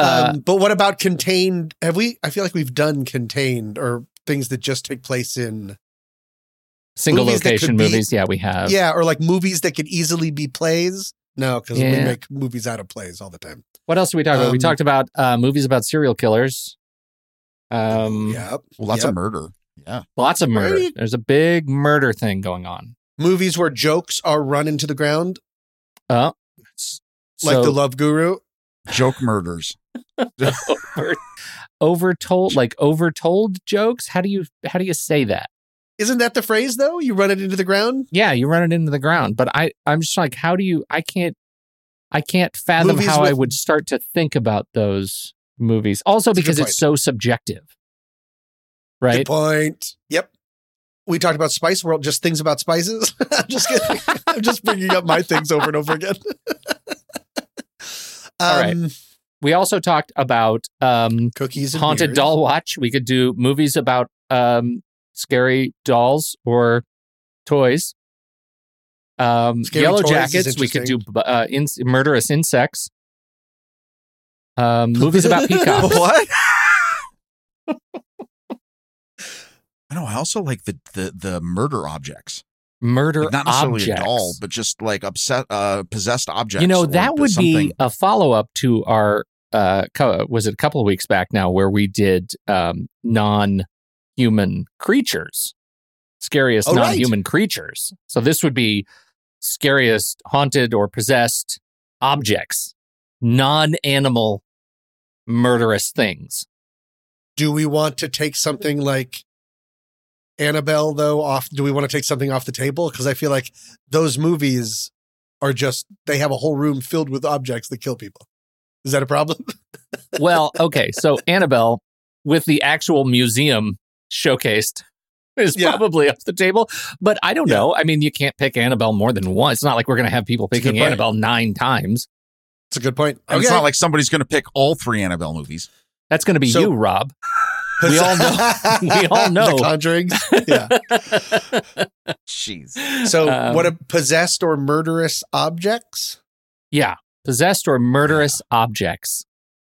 Speaker 4: Uh,
Speaker 2: um, but what about contained? Have we? I feel like we've done contained or things that just take place in
Speaker 4: Single
Speaker 2: movies that
Speaker 4: location
Speaker 2: could be-
Speaker 4: movies. Yeah, we have.
Speaker 2: yeah, or like movies that could easily be plays. No, because we
Speaker 4: Yeah.
Speaker 2: make movies out of plays all the time.
Speaker 4: What else did we talk about? we
Speaker 2: Um,
Speaker 4: talked about uh, movies about serial killers. Um,
Speaker 2: Yep.
Speaker 3: lots
Speaker 2: Yep.
Speaker 3: of murder. Yeah.
Speaker 4: lots of murder.
Speaker 2: Right?
Speaker 4: There's a big murder thing going on.
Speaker 2: Movies where jokes are run into the ground,
Speaker 4: Oh, s-
Speaker 2: like
Speaker 4: so
Speaker 2: The Love Guru.
Speaker 3: Joke murders.
Speaker 4: over, overtold, like overtold jokes. How do you how do you say that?
Speaker 2: Isn't that the phrase though? You run it into the ground.
Speaker 4: Yeah, you run it into the ground. But I I'm just like, how do you? I can't I can't fathom
Speaker 2: Movies
Speaker 4: how I
Speaker 2: with-
Speaker 4: would start to think about those movies. Also
Speaker 2: a good
Speaker 4: because it's so subjective,
Speaker 2: Good
Speaker 4: right?
Speaker 2: point. Yep. We talked about Spice World, just things about spices. I'm just kidding. I'm just bringing up my things over and over again. Um,
Speaker 4: All right. We also talked about um,
Speaker 2: Cookies and
Speaker 4: haunted
Speaker 2: beers.
Speaker 4: doll watch. We could do movies about um, scary dolls or toys. Um,
Speaker 2: Scary
Speaker 4: yellow
Speaker 2: toys is
Speaker 4: jackets. We could do
Speaker 2: interesting.
Speaker 4: uh, in- murderous insects. Um, movies about peacocks.
Speaker 3: what? I know. I also like the the the murder objects.
Speaker 4: Murder
Speaker 3: Like, not necessarily
Speaker 4: objects.
Speaker 3: a doll, but just like upset uh possessed objects.
Speaker 4: you know
Speaker 3: or
Speaker 4: that would
Speaker 3: something.
Speaker 4: be a follow up to our uh co- was it a couple of weeks back now where we did um non human creatures scariest
Speaker 2: Oh, right.
Speaker 4: non human creatures so this would be scariest haunted or possessed objects non animal murderous things
Speaker 2: Do we want to take something like Annabelle though off? Do we want to take something off the table? Because I feel like those movies are just they have a whole room filled with objects that kill people. Is that a problem?
Speaker 4: well okay so annabelle with the actual museum showcased is
Speaker 2: Yeah.
Speaker 4: probably off the table but i don't
Speaker 2: Yeah.
Speaker 4: know i mean you can't pick annabelle more than once it's not like we're going to have people
Speaker 2: It's a good
Speaker 4: picking
Speaker 2: point.
Speaker 4: annabelle nine times
Speaker 2: It's a good point.
Speaker 3: And It's not like somebody's going to pick all three Annabelle movies.
Speaker 4: That's going to be
Speaker 2: So-
Speaker 4: you, Rob. We all know. we all know.
Speaker 2: the Conjuring. Yeah.
Speaker 3: Jeez.
Speaker 2: So
Speaker 4: Um,
Speaker 2: what a possessed or murderous objects?
Speaker 4: yeah, possessed or murderous objects.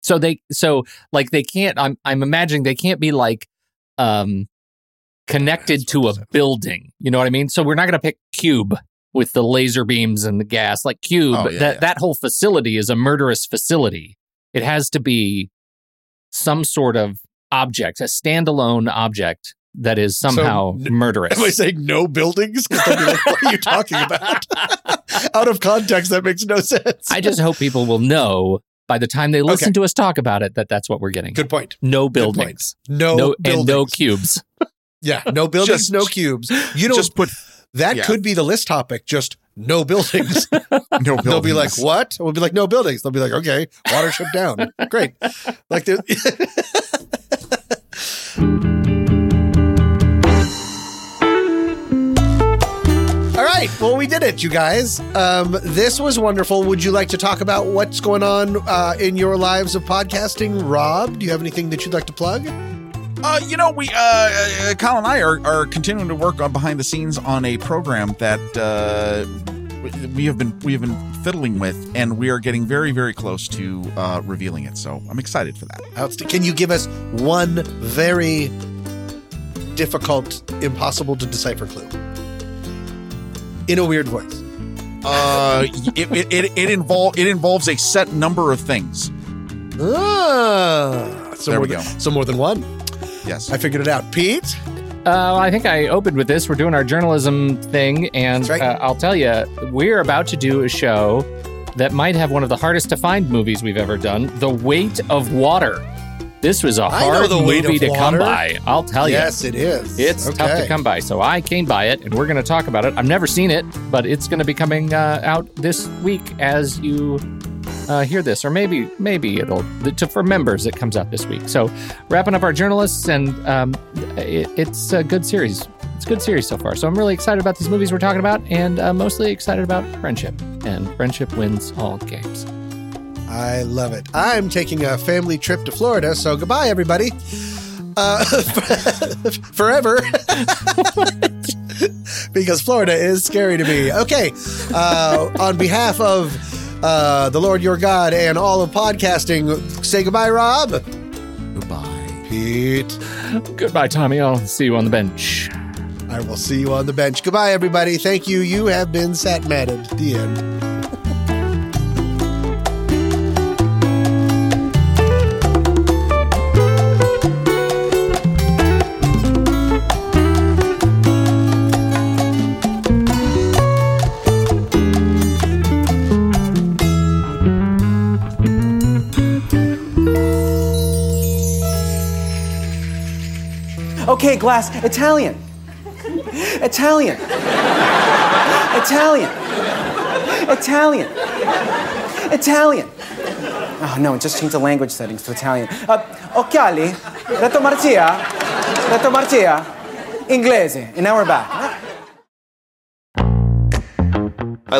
Speaker 4: So they, so like they can't. I'm, I'm imagining they can't be like, um, connected to a building. You know what I mean? So we're not going to pick Cube with the laser beams and the gas. Like Cube,
Speaker 3: Oh, yeah,
Speaker 4: that
Speaker 3: yeah.
Speaker 4: that whole facility is a murderous facility. It has to be some sort of object, a standalone object that is somehow
Speaker 2: n-
Speaker 4: murderous.
Speaker 2: Am I saying no buildings? 'Cause they'll be like, what are you talking about? Out of context, that makes no sense.
Speaker 4: I just hope people will know by the time they listen
Speaker 2: Okay.
Speaker 4: to us talk about it that that's what we're getting.
Speaker 2: good point.
Speaker 4: No
Speaker 2: point.
Speaker 4: buildings.
Speaker 2: No,
Speaker 4: No, and
Speaker 2: buildings.
Speaker 4: no cubes.
Speaker 2: yeah, no buildings,
Speaker 3: Just-
Speaker 2: no cubes. You know,
Speaker 3: just put
Speaker 2: that
Speaker 3: yeah.
Speaker 2: could be the list topic. Just no buildings.
Speaker 3: no.
Speaker 2: They'll be like,
Speaker 3: buildings.
Speaker 2: "What?" We'll be like, "No buildings." They'll be like, "Okay, watership down." Great. Like there- All right. Well, we did it, you guys. Um, this was wonderful. Would you like to talk about what's going on uh, in your lives of podcasting, Rob? Do you have anything that you'd like to plug?
Speaker 3: Uh, you know, we uh, uh, Kyle and I are, are continuing to work on behind the scenes on a program that uh, we- we have been we have been fiddling with, and we are getting very very close to uh, revealing it. So I'm excited for that.
Speaker 2: Outst- Can you give us one very difficult, impossible to decipher clue in a weird voice?
Speaker 3: Uh, it it, it, it involve it involves a set number of things.
Speaker 2: Ah, so
Speaker 3: There
Speaker 2: more
Speaker 3: we
Speaker 2: than,
Speaker 3: go.
Speaker 2: So more than one.
Speaker 3: Yes.
Speaker 2: I figured it out. Pete,
Speaker 4: Uh, I think I opened with this. We're doing our journalism thing, and
Speaker 2: That's right.
Speaker 4: uh, I'll tell you, we're about to do a show that might have one of the hardest to find movies we've ever done: "The Weight of Water." This was a
Speaker 2: know
Speaker 4: hard
Speaker 2: The Weight
Speaker 4: movie
Speaker 2: of
Speaker 4: to come by.
Speaker 2: Water.
Speaker 4: I'll tell you.
Speaker 2: yes, it is.
Speaker 4: Oh, It's tough to
Speaker 2: Okay.
Speaker 4: come by, so I came by it, and we're going to talk about it. I've never seen it, but it's going to be coming uh, out this week as you uh, hear this, or maybe maybe it'll to, for members it comes out this week. So wrapping up our journalists, and um, it, it's a good series. It's a good series so far. So I'm really excited about these movies we're talking about, and uh, mostly excited about friendship. And friendship wins all games.
Speaker 2: I love it. I'm taking a family trip to Florida, so goodbye, everybody. Uh, forever. because Florida is scary to me. Okay. Uh, on behalf of uh, the Lord your God and all of podcasting, say goodbye, Rob. Goodbye, Pete.
Speaker 4: Goodbye, Tommy. I'll see you on the bench.
Speaker 2: I will see you on the bench. Goodbye, everybody. Thank you. You have been sat matted. The end.
Speaker 5: Okay, glass, Italian. Italian. Italian. Italian. Italian. Oh no, it just changed the language settings to Italian. Uh, occhiali, retromarcia, retromarcia, inglese, and now we're back.
Speaker 13: I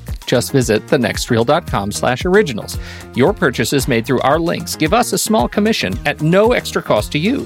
Speaker 4: Just visit thenextreel.com slash originals. Your purchases made through our links give us a small commission at no extra cost to you